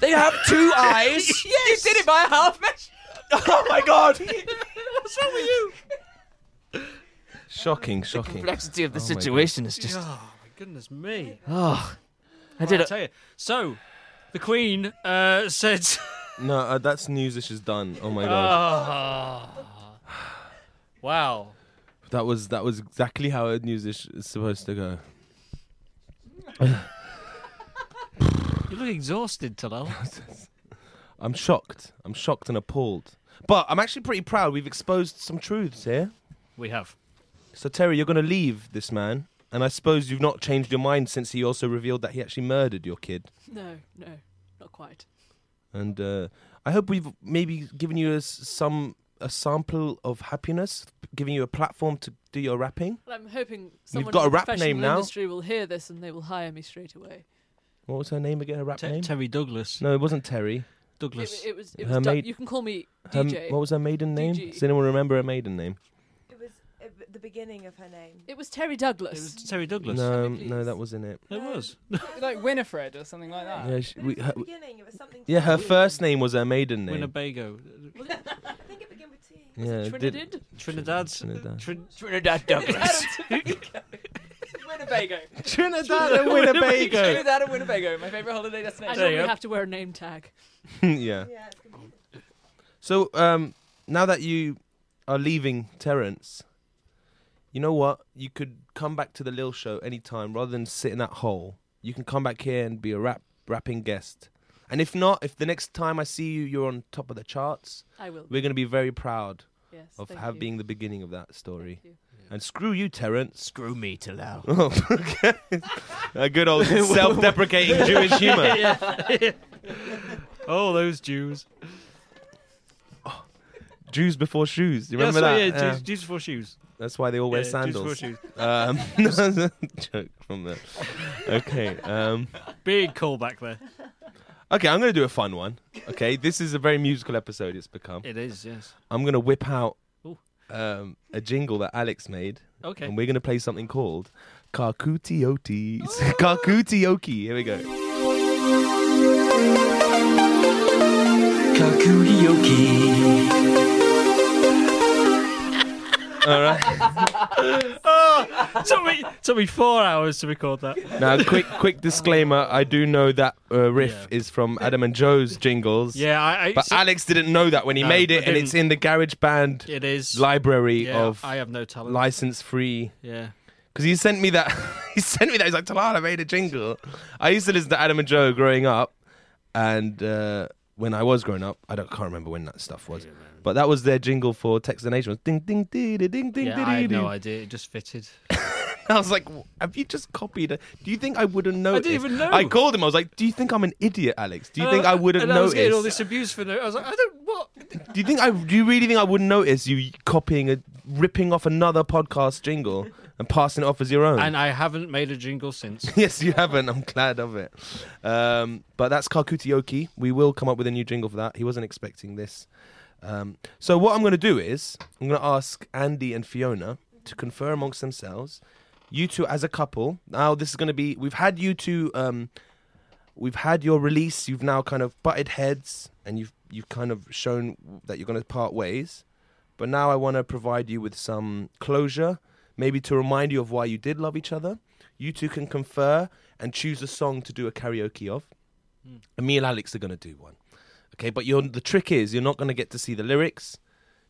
They have two eyes. yes. You did it by a half measure. Oh my god! What's wrong with you? Shocking, shocking. complexity of the Oh my situation is just. Oh my goodness me. Oh, I Well, did I it. tell you. So, the Queen uh, said, No, uh, that's news is done. Oh my god. Ah. "Wow, That was that was exactly how a news is is supposed to go. you look exhausted, Talal." I'm shocked. I'm shocked and appalled. But I'm actually pretty proud. We've exposed some truths here. we have. So Terry, you're going to leave this man, and I suppose you've not changed your mind since he also revealed that he actually murdered your kid. No, no, not quite. And uh, I hope we've maybe given you a, s- some a sample of happiness, giving you a platform to do your rapping. Well, I'm hoping someone got in a the rap name professional now. industry will hear this and they will hire me straight away. What was her name again? Her rap name? Terry Douglas. No, it wasn't Terry. Douglas. It, it was. It was Doug- you can call me her m- DJ. what was her maiden name? DG. Does anyone remember her maiden name? It was uh, the beginning of her name. It was Terry Douglas. Terry Douglas. No, no, that wasn't it. It was. like Winifred or something like that. Yeah, she, we, her, beginning, it was something. yeah, her first name was her maiden name. Winnebago. I think it began with T. Yeah, it did- Trinidad? Trinidad. Trinidad. Trin- Trinidad Douglas. Winnebago. Trinidad and Winnebago. Trinidad and Winnebago, my favourite holiday I destination. normally have to wear a name tag. yeah. So um, now that you are leaving Terence, you know what? You could come back to the Lil Show anytime rather than sit in that hole. You can come back here and be a rap rapping guest. And if not, if the next time I see you, you're on top of the charts, I will We're going to be very proud Yes, of thank have you. being the beginning of that story. And screw you, Terence. Screw me, Talal. a good old self-deprecating Jewish humor. Yeah. oh, those Jews. Jews before shoes. Do you Yeah, remember sorry, that? yeah, Jews- Yeah. Jews before shoes. That's why they all wear Yeah, Jews sandals. before shoes. Um, no, no, joke from that. Okay. Um, Big callback there. okay, I'm going to do a fun one. Okay, this is a very musical episode. It's become. It is, yes. I'm going to whip out Ooh. um, a jingle that Alex made. Okay. And we're going to play something called Karkutiotis. Karkutioki. Here we go. All right. oh, took me took me four hours to record that. Now, quick, quick disclaimer: I do know that uh, riff is from Adam and Joe's jingles. Yeah, I- I- but so- Alex didn't know that when he No, made I it, and it's didn't. in the Garage Band It is. library Yeah, of I have no talent. license-free. Yeah. because he sent me that. he sent me that. He's like, "Talal, I made a jingle." I used to listen to Adam and Joe growing up, and uh, when I was growing up, I don't can't remember when that stuff was, but that was their jingle for Text the Nation. It was ding ding ding ding ding ding. Yeah, I had ding, no ding. idea. It just fitted. I was like, "W- have you just copied it? Do you think I wouldn't notice? didn't even know. I called him. I was like, do you think I'm an idiot, Alex? Do you And think I wouldn't and I was notice? getting all this abuse for no. I was like, I don't what. Do you think I? Do you really think I wouldn't notice you copying a, ripping off another podcast jingle and passing it off as your own? And I haven't made a jingle since. yes, you haven't. I'm glad of it. Um, but that's Karkutioki. We will come up with a new jingle for that. He wasn't expecting this. Um, so what I'm going to do is I'm going to ask Andy and Fiona to confer amongst themselves. You two as a couple. Now this is going to be. We've had you two. Um, we've had your release. You've now kind of butted heads, and you've you've kind of shown that you're going to part ways. But now I want to provide you with some closure, maybe to remind you of why you did love each other. You two can confer and choose a song to do a karaoke of. Mm. And me and Alex are going to do one. Okay, but you're, the trick is you're not going to get to see the lyrics,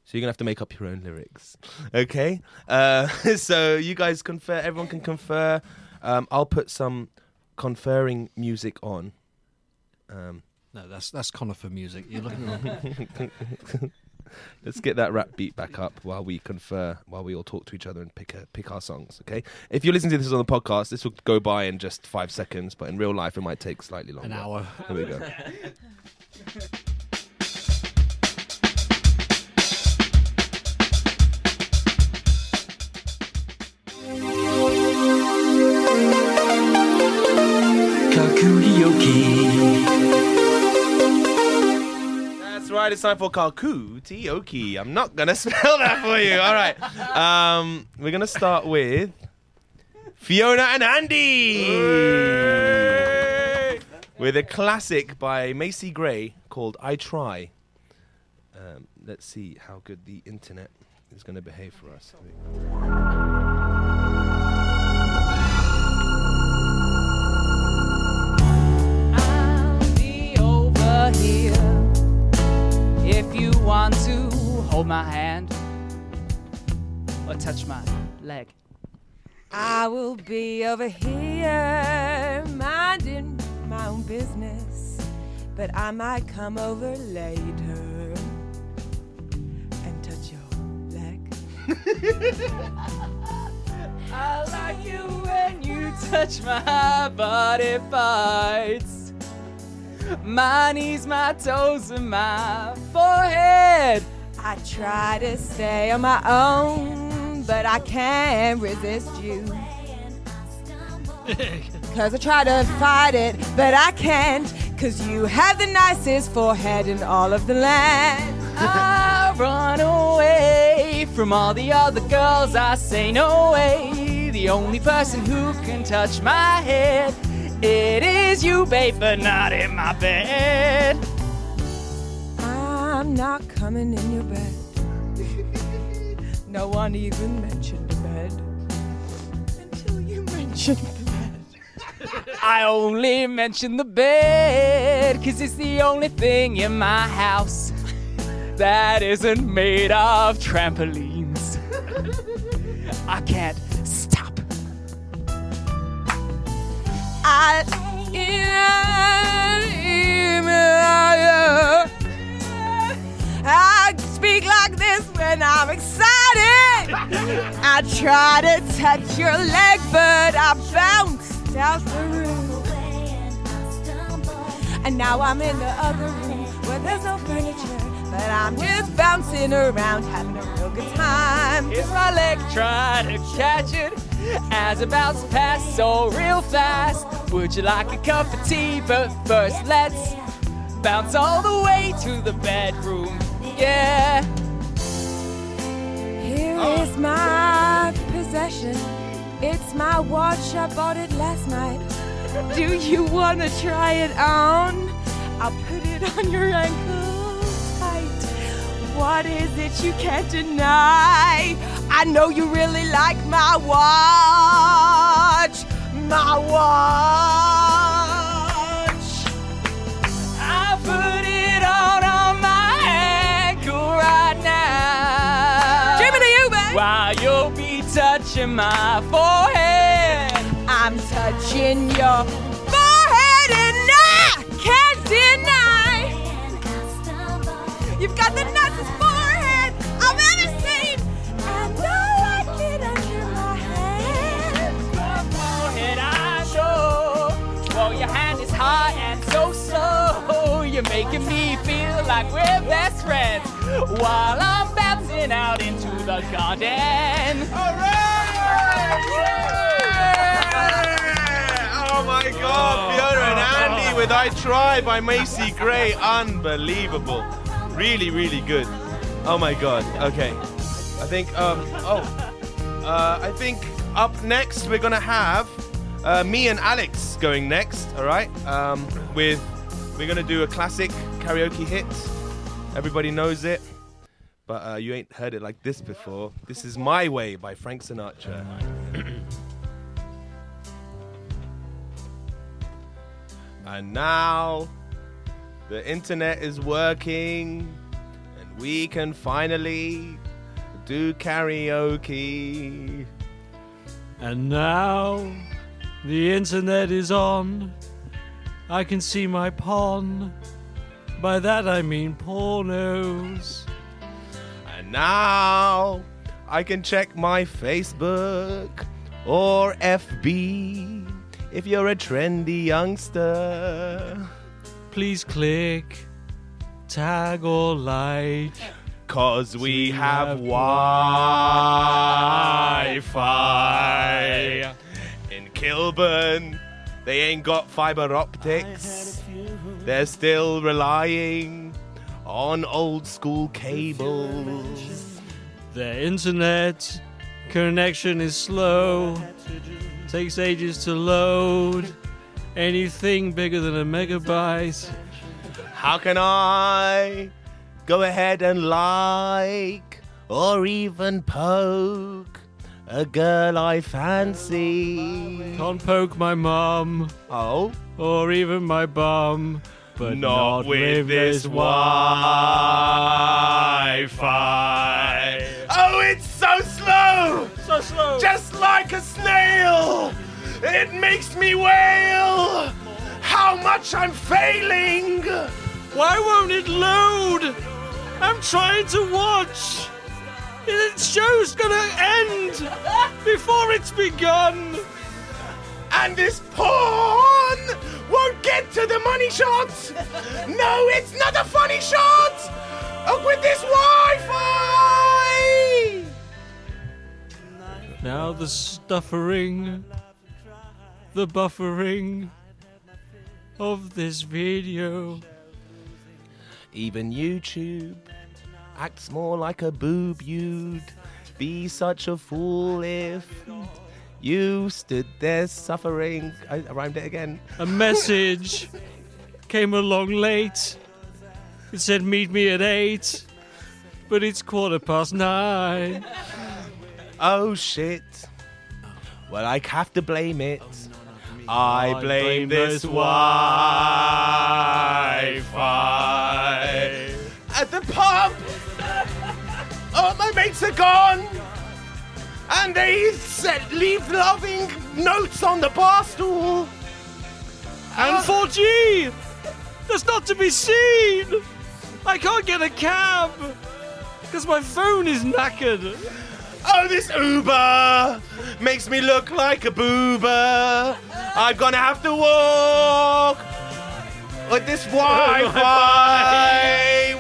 so you're going to have to make up your own lyrics. Okay, uh, so you guys confer. Everyone can confer. Um, I'll put some conferring music on. Um, No, that's that's conifer music. You're looking wrong. Let's get that rap beat back up while we confer, while we all talk to each other and pick a, pick our songs. Okay. If you're listening to this on the podcast, this will go by in just five seconds, but in real life, it might take slightly longer. hour. There we go. That's right. It's time for Kalku Tioki. E. I'm not gonna spell that for you. All right. Um, we're gonna start with Fiona and Andy with a classic by Macy Gray called "I Try." Um, let's see how good the internet is gonna behave for us. be over here if you want to hold my hand or touch my leg. I will be over here minding my own business, but I might come over later and touch your leg. I like you when you touch my body parts. My knees, my toes, and my forehead. I try to stay on my own, but I can't resist you. Cause I try to fight it, but I can't. Cause you have the nicest forehead in all of the land. Oh, I run away from all the other girls. I say no way. The only person who can touch my head, it is you, babe, but not in my bed. I'm not coming in your bed. no one even mentioned a bed. Until you mention the bed. I only mention the bed, cause it's the only thing in my house that isn't made of trampolines. I can't stop. I I speak like this when I'm excited. I try to touch your leg, but I bounced out the room. And now I'm in the other room where there's no furniture, but I'm just bouncing around, having a real good time. It's my leg trying to catch it as it bounces past so real fast. Would you like a cup of tea? But first, let's bounce all the way to the bedroom. Yeah. Here is my possession. It's my watch. I bought it last night. Do you want to try it on? I'll put it on your ankle tight. What is it you can't deny? I know you really like my watch. My watch. I put it on on my ankle right now. Jiminy, you, babe. While you'll be touching my forehead. I'm touching your forehead and I can't deny. You've got the nicest forehead I've ever seen. And I like it under my hand. forehead I know. Well, your hand is hot and so slow. You're making me feel like we're best friends while I'm bouncing out into the garden. All Oh my god, Fiona and Andy with I Try by Macy Gray. Unbelievable. Really, really good. Oh my god. Okay. I think, um, oh. Uh, I think up next we're gonna have uh, me and Alex going next, alright? Um, with, we're gonna do a classic karaoke hit. Everybody knows it. But uh, you ain't heard it like this before. This is My Way by Frank Sinatra. And now the internet is working and we can finally do karaoke. And now the internet is on. I can see my pawn. By that I mean pornos. And now I can check my Facebook or FB if you're a trendy youngster. Please click, tag, or like. Cause we have Wi Fi. In Kilburn, they ain't got fiber optics. They're still relying on old school cables. The internet connection is slow. Takes ages to load. Anything bigger than a megabyte. How can I go ahead and like or even poke a girl I fancy? Can't poke my mum. Oh. Or even my bum. But Not not, with this Wi Fi. Oh, it's so slow! So slow! Just like a snail! It makes me wail! How much I'm failing! Why won't it load? I'm trying to watch. The show's gonna end before it's begun. And this porn won't get to the money shot! No, it's not a funny shot! Up with this Wi Fi! Now the stuffering. the buffering of this video. Even YouTube acts more like a boob. You'd be such a fool if you stood there suffering. I I rhymed it again. A message came along late. It said, Meet me at eight, but it's quarter past nine. Oh shit. Well, I have to blame it. Oh, I blame, this Wi Fi. At the pub, all my mates are gone. And they said, leave loving notes on the bar stool. Uh, And 4G! That's not to be seen! I can't get a cab! Because my phone is knackered! Oh, this Uber makes me look like a boober. I'm gonna have to walk with this Oh, Wi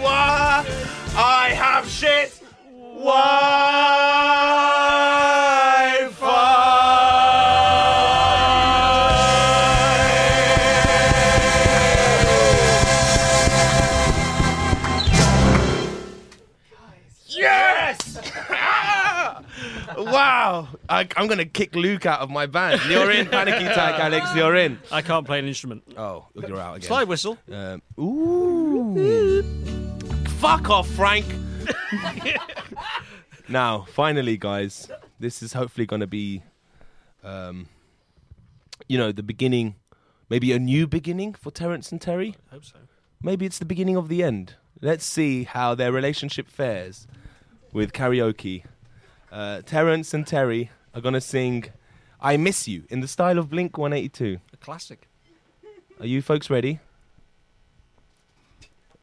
Fi. I have shit. Wi Yes! wow. I, I'm going to kick Luke out of my band. You're in, Panicky Attack, Alex. You're in. I can't play an instrument. Oh, you're out again. Slide whistle. Um, ooh. Fuck off, Frank. now, finally, guys, this is hopefully going to be, um, you know, the beginning, maybe a new beginning for Terrence and Terry. I hope so. Maybe it's the beginning of the end. Let's see how their relationship fares with karaoke. Uh, Terrence and Terry are going to sing I Miss You in the style of Blink 182. A classic. Are you folks ready?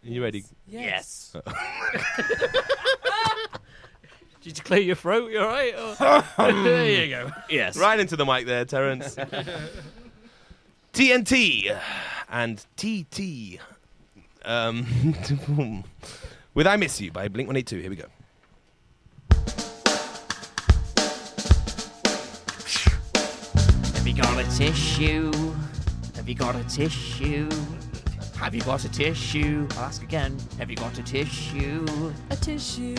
Are you ready? Yes. Did you clear your throat? You alright? Oh. there you go. Um, Yes. Right into the mic there, Terrence. TNT and TT. Um, with I Miss You by Blink 182. Here we go. Have you got a tissue? Have you got a tissue? Have you got a tissue? I'll ask again. Have you got a tissue? A tissue.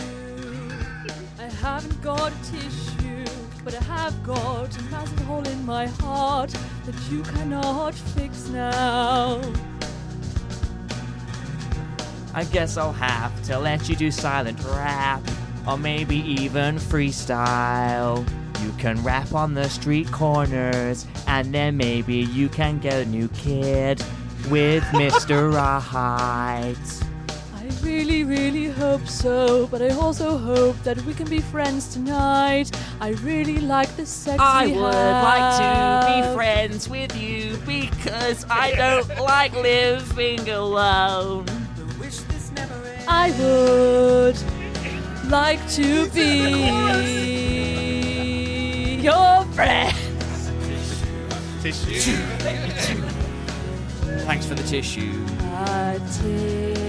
I haven't got a tissue, but I have got a massive hole in my heart that you cannot fix now. I guess I'll have to let you do silent rap, or maybe even freestyle. You can rap on the street corners, and then maybe you can get a new kid with Mr. Right. I really, really hope so, but I also hope that we can be friends tonight. I really like the sex I we would like to have. be friends with you because I don't like living alone. I would like to be your friend. Tissue. Thanks for the tissue. A tissue.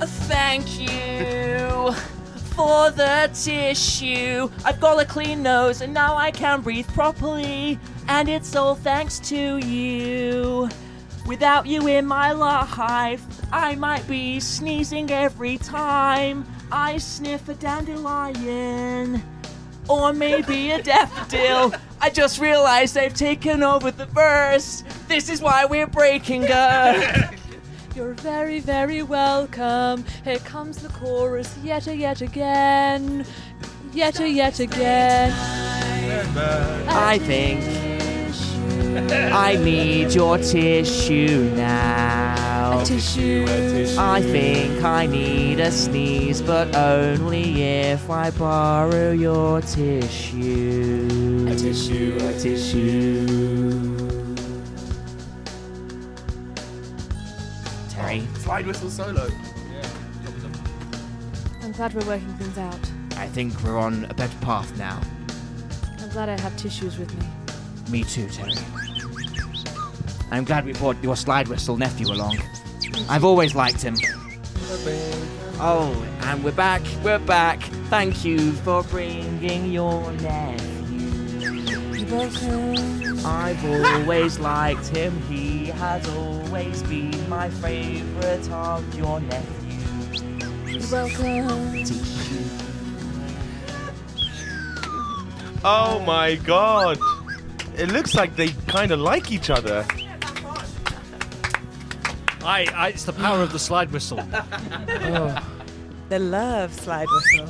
Uh, Thank you for the tissue. I've got a clean nose and now I can breathe properly. And it's all thanks to you. Without you in my life, I might be sneezing every time I sniff a dandelion. Or maybe a daffodil. I just realized they've taken over the verse. This is why we're breaking up. You're very, very welcome. Here comes the chorus yet a yet again. Yet a yet again. I think I need your tissue now. A tissue. I think I need a sneeze, but only if I borrow your tissue. A tissue, a tissue. Terry. Slide whistle solo. I'm glad we're working things out. I think we're on a better path now. I'm glad I have tissues with me. Me too, Terry. I'm glad we brought your slide whistle nephew along. I've always liked him. Oh, and we're back. We're back. Thank you for bringing your nephew. I've always liked him. He has always been my favorite of your nephews. Welcome. Oh my god. It looks like they kind of like each other. I, I, it's the power of the slide whistle. Oh. The love slide whistle.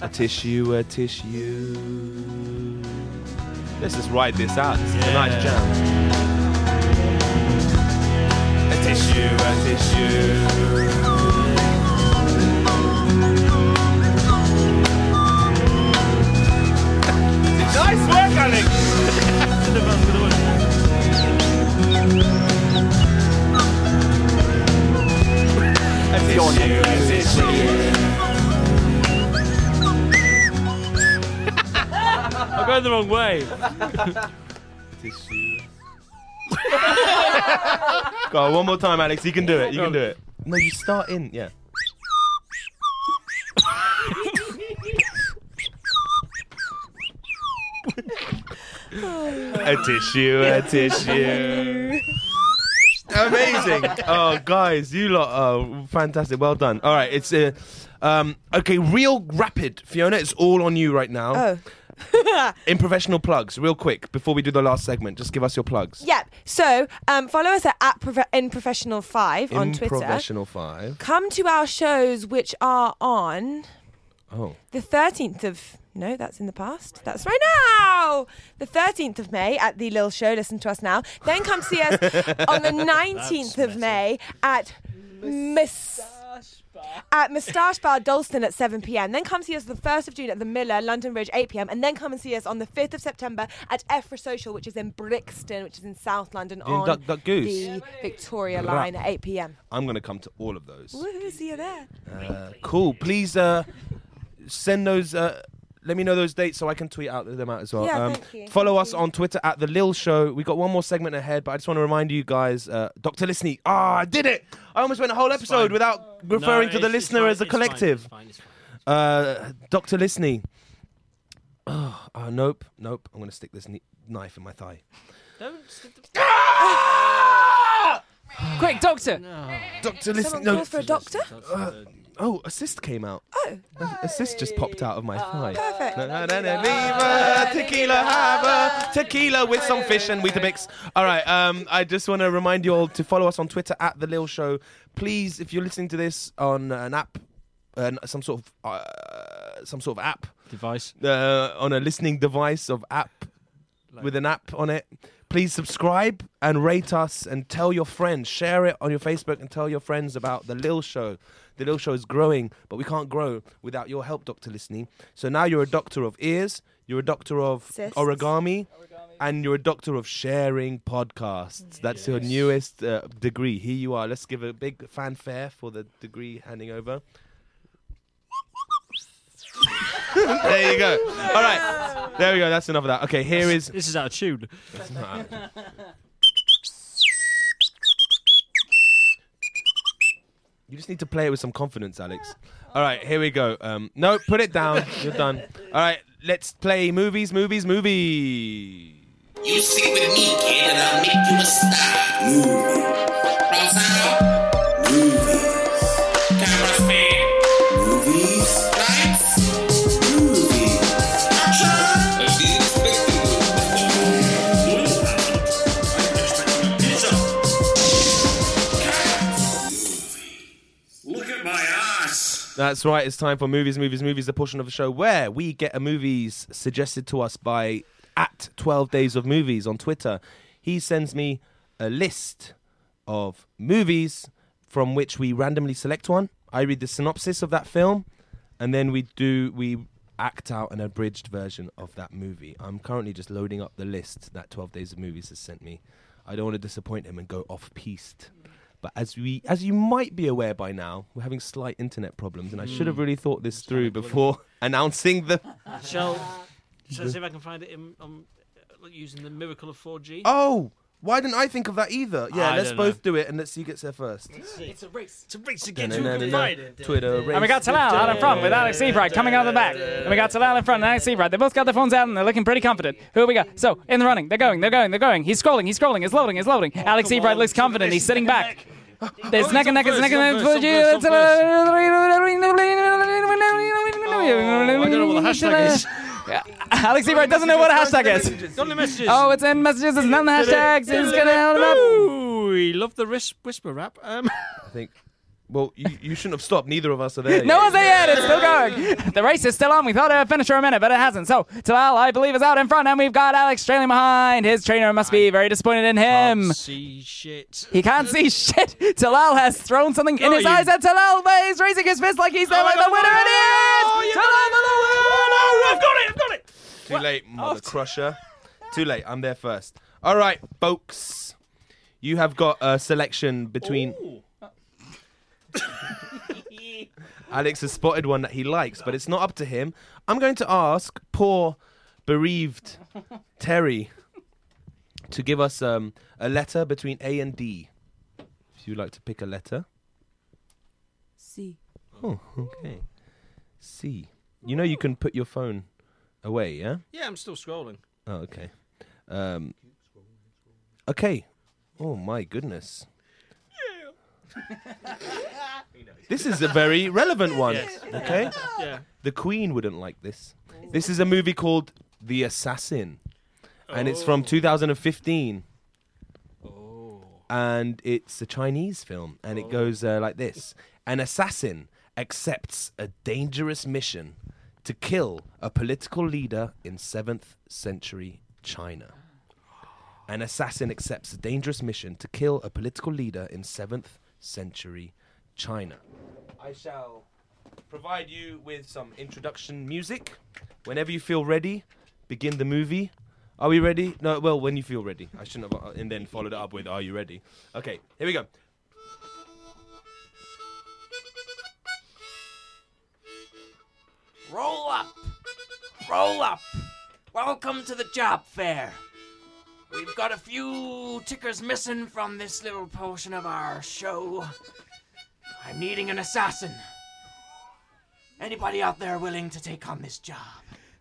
A tissue, a tissue. Let's just ride this out. This is a nice jam. A tissue, a tissue. Nice work, Alex. I'm going the wrong way. Go on, one more time, Alex. You can do it. You can do it. No, you start in. Yeah. A tissue, a tissue. Amazing. Oh, guys, you lot are fantastic. Well done. All right, it's uh, um, okay. Real rapid, Fiona. It's all on you right now. Oh. In professional plugs, real quick, before we do the last segment, just give us your plugs. Yep. So um, follow us at, at prof- in professional five on In Twitter. professional five. Come to our shows, which are on Oh. the 13th of no, that's in the past. That's right now. The 13th of May at the Lil Show. Listen to us now. Then come see us on the 19th of May at Miss. At Moustache Bar Dalston at 7 pm. Then come see us the 1st of June at the Miller, London Bridge, 8 pm. And then come and see us on the 5th of September at Ephra Social, which is in Brixton, which is in South London, Doing on Duck Duck Goose. the Victoria Rah. line at 8 pm. I'm going to come to all of those. Woohoo, see you there. Uh, cool. Please uh, send those. Uh, let me know those dates so I can tweet out them out as well. Um, Yeah, thank you. Follow us on Twitter at the Lil Show. We got one more segment ahead, but I just want to remind you guys, uh, Doctor Listening. Ah, I did it! I almost went a whole episode without referring to the it's- it's listener fine, as a it's fine, it's collective. fine, it's Uh, Doctor Listening. Oh, uh, nope, nope. I'm gonna stick this kni- knife in my thigh. Ah! Quick, doctor. Doctor, listen. Someone no. calls for a doctor? Uh, oh, assist came out. Oh. Assist just popped out of my thigh. Perfect. Na, na, na, na, Ah! Viva tequila hava, tequila with some fish and Weetabix. All right. Um, I just want to remind you all to follow us on Twitter at the Lil Show. Please, if you're listening to this on an app, uh, some sort of uh, some sort of app device, uh, on a listening device of app with an app on it. Please subscribe and rate us and tell your friends. Share it on your Facebook and tell your friends about The Lil Show. The Lil Show is growing, but we can't grow without your help, Dr. Listening. So now you're a doctor of ears, you're a doctor of Cysts. origami, and you're a doctor of sharing podcasts. That's your newest uh, degree. Here you are. Let's give a big fanfare for the degree handing over. there you go. All right. There we go. That's enough of that. Okay, here is. This is out of tune. You just need to play it with some confidence, Alex. All right, here we go. Um, no, put it down. You're done. All right, let's play movies, movies, movies. You sit with me, kid, and I'll make you a star. Movie. Movies. Camera speed. Movies. Lights. Movies. Action. I didn't expect it. Look at my ass. That's right. It's time for movies, movies, movies. The portion of the show where we get a movies suggested to us by at Twelve Days of Movies on Twitter. He sends me a list of movies from which we randomly select one. I read the synopsis of that film, and then we do we act out an abridged version of that movie. I'm currently just loading up the list that Twelve Days of Movies has sent me. I don't want to disappoint him and go off piste. But as we, as you might be aware by now, we're having slight internet problems, and I should Hmm. have Mm. really thought this through before announcing the. Mm-hmm. Shall, shall I see if I can find it in, um, uh, using the miracle of 4G? Oh, Why didn't I think of that either? Yeah, I let's don't know. both do it and let's see who gets there first. It's a race. It's a race to get get who can find it. Twitter race. And we got Talal out in front with Alex Seabright coming out of the back. And we got Talal in front and Alex Seabright. They both got their phones out and they're looking pretty confident. Who have we got? So, in the running. They're going, they're going, they're going. He's scrolling, he's scrolling, he's loading, he's loading. Alex Seabright looks confident. He's sitting back. There's neck and neck, it's neck and neck. Oh, I don't know what the hashtag is. Alex Seabright doesn't know what a hashtag is. Not the messages. Oh, it's in messages. It's not in the hashtags. It's gonna help him up. Ooh, we love the whisp- whisper rap. Um, I think. Well, you, you shouldn't have stopped. Neither of us are there. No one's there yet. It's still going. The race is still on. We thought it would finish for a minute, but it hasn't. So Talal, I believe, is out in front, and we've got Alex trailing behind. His trainer must be very disappointed in him. see shit. He can't see shit. Talal has thrown something in Oh, his you- eyes at Talal, but he's raising his fist like he's Oh, there, like the winner, and he is! Talal, I've oh, got it. I've got it. Too late, mother crusher. Too late. I'm there first. All right, folks. You have got a selection between. Oh. Alex has spotted one that he likes, but it's not up to him. I'm going to ask poor, bereaved Terry to give us um, a letter between A and D. If you'd like to pick a letter. C. Oh, okay. C. You know you can put your phone away, yeah? Yeah, I'm still scrolling. Oh, okay. Um, okay. Oh my goodness. This is a very relevant one. Yes. Okay. Yeah. The Queen wouldn't like this. This is a movie called The Assassin, and it's from 2015. And it's a Chinese film, and it goes uh, like this: An assassin accepts a dangerous mission to kill a political leader in 7th century China. An assassin accepts a dangerous mission to kill a political leader in 7th century China. I shall provide you with some introduction music. Whenever you feel ready, begin the movie. Are we ready? No, well, when you feel ready. I shouldn't have, uh, and then followed it up with, Are you ready? Okay, here we go. Roll up! Roll up! Welcome to the job fair! We've got a few tickers missing from this little portion of our show. I'm needing an assassin. Anybody out there willing to take on this job?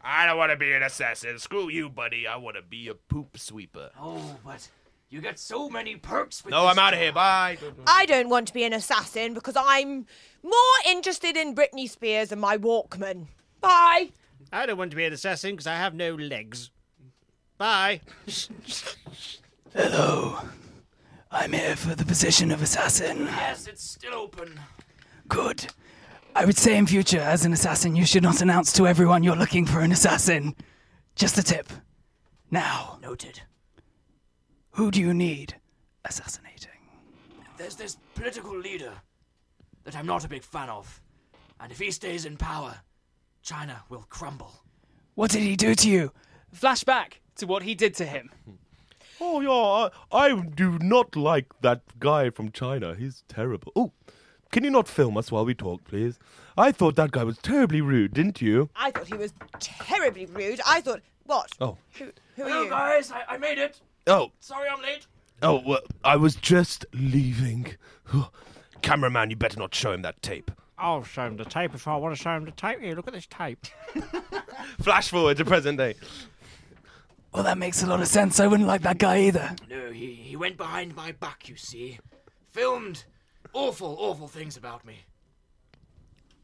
I don't want to be an assassin. Screw you, buddy. I want to be a poop sweeper. Oh, but you get so many perks with No, this I'm out of here. job. Bye. I don't want to be an assassin because I'm more interested in Britney Spears and my Walkman. Bye. I don't want to be an assassin because I have no legs. Bye. Hello. I'm here for the position of assassin. Yes, it's still open. Good. I would say in future, as an assassin, you should not announce to everyone you're looking for an assassin. Just a tip. Now. Noted. Who do you need assassinating? There's this political leader that I'm not a big fan of. And if he stays in power, China will crumble. What did he do to you? Flashback to what he did to him. Oh, yeah, I, I do not like that guy from China. He's terrible. Oh, can you not film us while we talk, please? I thought that guy was terribly rude, didn't you? I thought he was terribly rude. I thought, what? Oh. Who, who Hello, are you? guys. I, I made it. Oh, Sorry I'm late. Oh, well, I was just leaving. Cameraman, you better not show him that tape. I'll show him the tape if I want to show him the tape. Here, look at this tape. Flash forward to present day. Well, that makes a lot of sense. I wouldn't like that guy either. No, he, he went behind my back, you see. Filmed awful, awful things about me.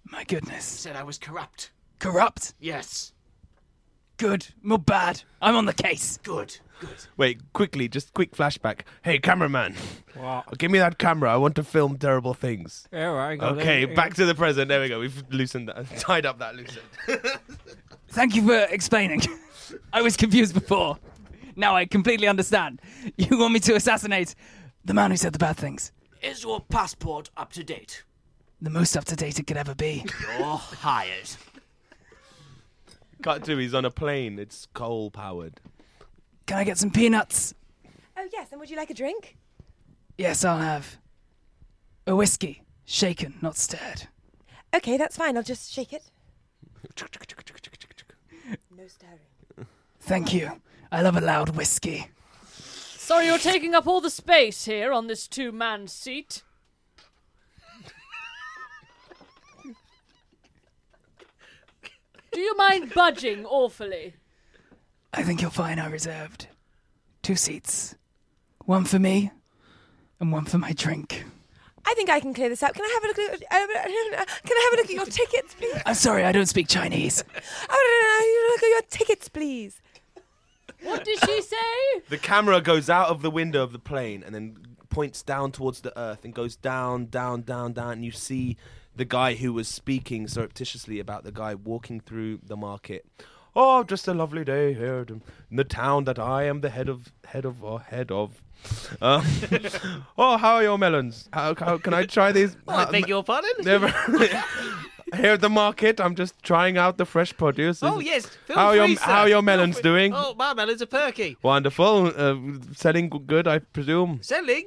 My goodness. Said I was corrupt. Corrupt? Yes. Good. Well, bad. I'm on the case. Good. Good. Wait, quickly, just quick flashback. Hey, cameraman. Give me that camera. I want to film terrible things. Yeah, all right, got it, Okay, yeah. back to the present. There we go. We've loosened that, tied up that loose end. Thank you for explaining. I was confused before. Now I completely understand. You want me to assassinate the man who said the bad things. Is your passport up to date? The most up to date it could ever be. You're hired. Cut to he's on a plane. It's coal powered. Can I get some peanuts? Oh, yes, and would you like a drink? Yes, I'll have a whiskey, shaken, not stirred. Okay, that's fine. I'll just shake it. no stirring. Thank you. I love a loud whiskey. Sorry you're taking up all the space here on this two man seat. Do you mind budging awfully? I think you'll find I reserved two seats one for me and one for my drink. I think I can clear this up. Can I have a look at your, uh, can I have a look at your tickets, please? I'm sorry, I don't speak Chinese. Oh, no, no, no, look at your tickets, please. What did she say? The camera goes out of the window of the plane and then points down towards the earth and goes down, down, down, down. And you see the guy who was speaking surreptitiously about the guy walking through the market. Oh, just a lovely day here in the town that I am the head of, head of, or head of. Uh, oh, how are your melons? How, how can I try these? I Uh, beg me- your pardon? Never. Here at the market, I'm just trying out the fresh produce. Oh, yes. Feel how are free, your sir. how are your Feel melons free. doing? Oh, my melons are perky. Wonderful. Uh, selling g- good, I presume. Selling?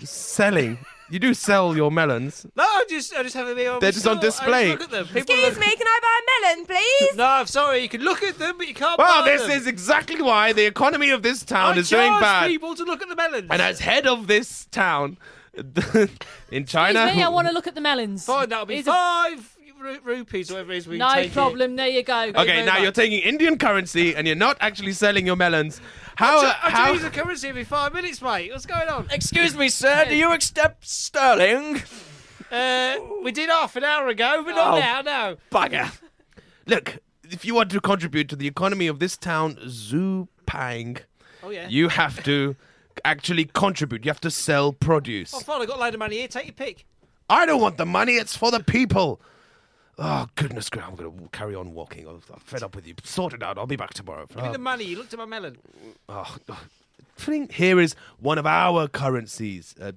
Selling. You do sell your melons. No, I just, I just have a meal. They're just on display. look at them. People Excuse look- me, can I buy a melon, please? No, I'm sorry. You can look at them, but you can't. Well, buy this them. is exactly why the economy of this town I is doing charge bad. people to look at the melons. And as head of this town in China, Excuse me, I want to look at the melons. Fine, that'll be five ru- rupees, whatever it is. We can No take problem. There you go. Okay, now you're taking Indian currency and you're not actually selling your melons. How? I will how? use the currency every five minutes, mate. What's going on? Excuse me, sir. Do you accept sterling? Uh, we did half an hour ago, but not Oh. now. No. Bugger. Look, if you want to contribute to the economy of this town, Zhu Pang, Oh yeah. you have to actually contribute. You have to sell produce. Oh, fine. I got a load of money here. Take your pick. I don't want the money. It's for the people. Oh goodness, gra- I'm going to carry on walking. I'm I'm fed up with you. Sort it out. I'll be back tomorrow. Give me the money. You looked at my melon. Oh, Fling- Here is one of our currencies. Uh,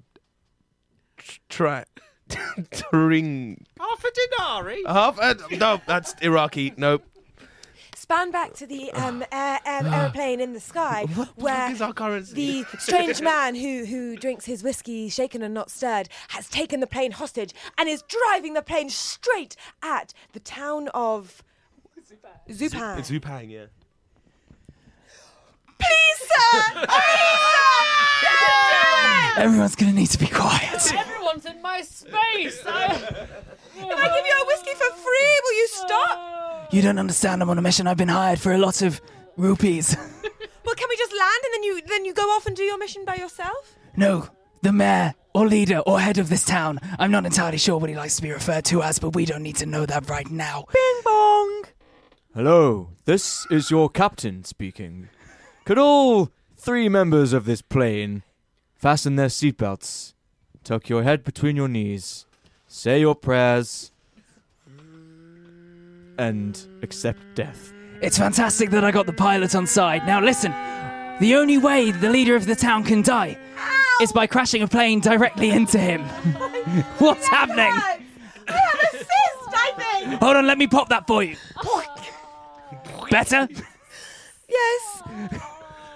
tr- try. Tring. Half a dinari. Half. Uh, no, that's Iraqi. No. Span back to the Ah. um, air, air, airplane in the sky, where the strange man who who drinks his whiskey shaken and not stirred has taken the plane hostage and is driving the plane straight at the town of Zupan. It's Zupang, yeah. Please, sir. Everyone's gonna need to be quiet. Everyone's in my space. I... If I give you a whiskey for free, will you stop? You don't understand, I'm on a mission. I've been hired for a lot of rupees. Well, can we just land and then you then you go off and do your mission by yourself? No, the mayor or leader or head of this town. I'm not entirely sure what he likes to be referred to as, but we don't need to know that right now. Bing bong! Hello, this is your captain speaking. Could all three members of this plane fasten their seatbelts, tuck your head between your knees, say your prayers, and accept death? It's fantastic that I got the pilot on side. Now listen, the only way the leader of the town can die is by crashing a plane directly into him. Oh What's happening? I have a cyst, I think. Hold on, let me pop that for you. Better? Yes.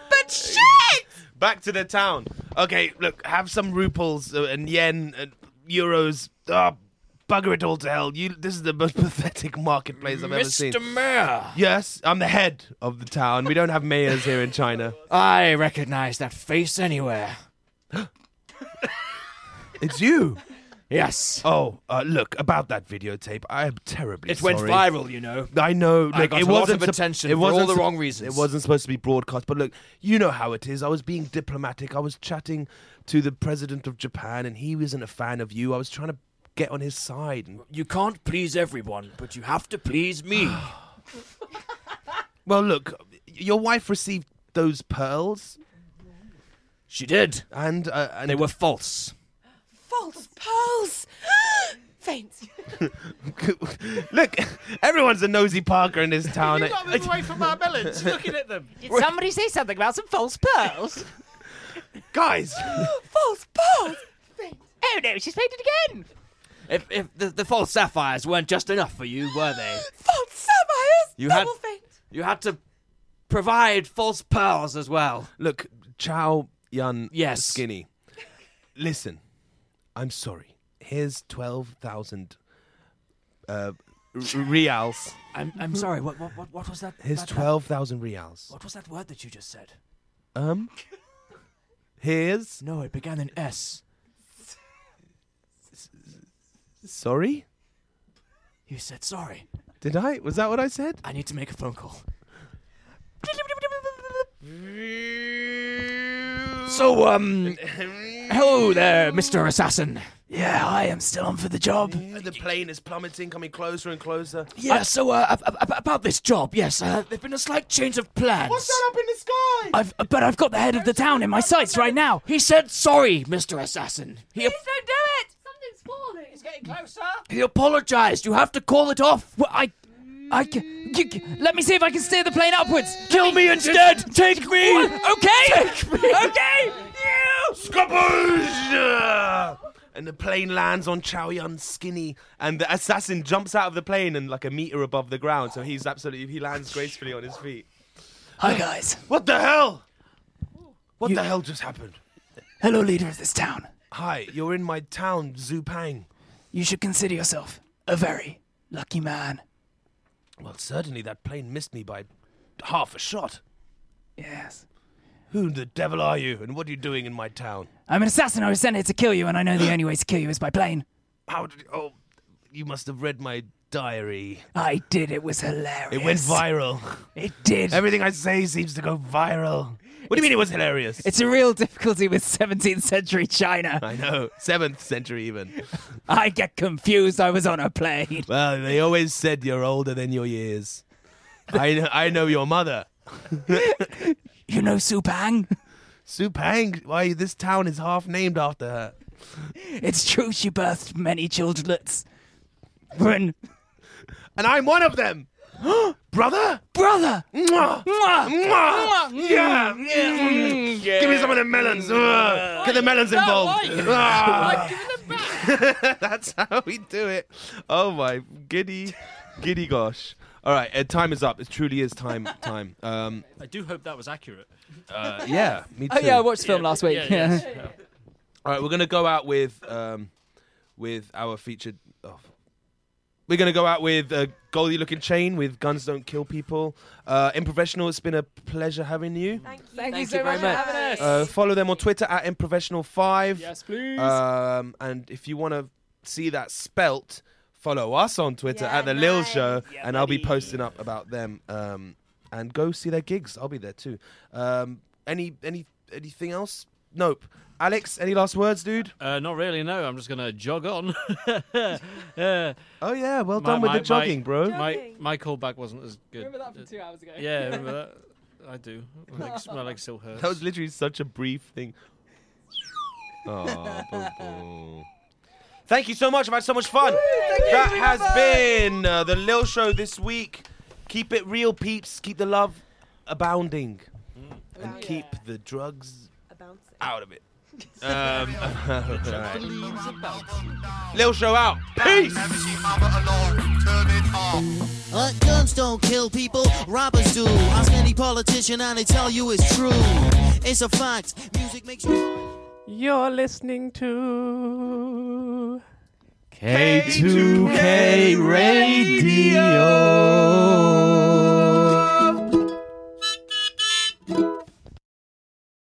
But shit! Back to the town. Okay, look, have some ruples uh, and yen and euros. Ah, bugger it all to hell. You, this is the most pathetic marketplace I've ever seen. Mr. Mayor. Yes, I'm the head of the town. We don't have mayors here in China. I recognize that face anywhere. It's you. Yes. Oh, uh, look about that videotape. I am terribly. It went sorry. viral, you know. I know. Look, I got it a lot wasn't of sup- attention it for wasn't all the sup- wrong reasons. It wasn't supposed to be broadcast, but look, you know how it is. I was being diplomatic. I was chatting to the president of Japan, and he wasn't a fan of you. I was trying to get on his side. And You can't please everyone, but you have to please me. well, look, your wife received those pearls. She did, and, uh, and they were false. False pearls. Faint. Look, everyone's a nosy Parker in this town. You got me away from my melons. Looking at them. Did somebody say something about some false pearls? Guys, false pearls. Oh no, she's made it again. If, if the, the false sapphires weren't just enough for you, were they? False sapphires. You had you had to provide false pearls as well. Look, Chow Yun Yes. Skinny. Listen, I'm sorry. Here's 12,000 uh, r- reals. I'm I'm sorry. What what what, what was that? Here's that- that- 12,000 reals. What was that word that you just said? Um, Here's. No, it began in S. Sorry? You said sorry. Did I? Was that what I said? I need to make a phone call. So, um. Hello there, Mr. Assassin. Yeah, I am still on for the job. Yeah, the plane is plummeting, coming closer and closer. Yeah, so, uh, ab- ab- ab- about this job, yes, uh, there's been a slight change of plans. What's that up in the sky? I've, but I've got the head of the town in my sights right now. He said sorry, Mr. Assassin. He, Please don't do it. Something's falling. It's getting closer. he apologized. You have to call it off. Well, I, I can. You, let me see if I can steer the plane upwards. Kill me instead. Take me. Okay. Take me. Okay. You. Skaboose! And the plane lands on Chao Yun's skinny, and the assassin jumps out of the plane and like a meter above the ground, so he's absolutely he lands gracefully on his feet. Hi guys. What the hell? What the hell just happened? Hello, leader of this town. Hi, you're in my town, Zupang. You should consider yourself a very lucky man. Well, certainly that plane missed me by half a shot. Yes. Who the devil are you, and what are you doing in my town? I'm an assassin. I was sent here to kill you, and I know the only way to kill you is by plane. How did? Oh, you must have read my diary. I did. It was It hilarious. went viral. It did. Everything I say seems to go viral. What do you mean it was hilarious? It's a real difficulty with 17th century China. I know, seventh century even. I get confused. I was on a plane. Well, they always said you're older than your years. I know, I know your mother. you know Supang? Supang? Why this town is half named after her. It's true she birthed many childlets. Run. And I'm one of them. Brother? Brother! Mwah! Mwah! Mwah! Yeah! Mm. Give me some of the melons. Ugh. Get the melons involved. Ah. That's how we do it. Oh my giddy, giddy gosh. All right, uh, time is up. It truly is time. Time. Um, I do hope that was accurate. uh, yeah, me too. Oh, yeah, I watched the film last week. yeah, yeah. All right, we're gonna go out with um, with our featured. Oh, we're gonna go out with uh, Goldie looking chain with guns don't kill people. Uh, Improfessional, it's been a pleasure having you. Thank you. Thank you so much for having us. Uh, follow them on Twitter at Improfessional5. Yes, please. Um, and if you want to see that spelt, follow us on Twitter Yeah, at The Lil nice. Show, Yeah, and I'll be buddy. posting up about them. Um, and go see their gigs. I'll be there too. Um, any any anything else? Nope. Alex, any last words, dude? Uh, not really, no. I'm just going to jog on. Uh, Oh yeah, well my- done with my- the jogging, my, bro. My, my callback wasn't as good. Remember that from two hours ago? Yeah, remember that? I do. My legs, my legs still hurt. That was literally such a brief thing. Oh, boo boo. Thank you so much. I've had so much fun. that has been uh, the Lil Show this week. Keep it real, peeps. Keep the love abounding, and keep the drugs out of Mm. it. Um, alright. Lil Show out. Peace. Uh, guns don't kill people, robbers do. Ask any politician and they tell you it's true. It's a fact. Music makes you. You're listening to K2K Radio.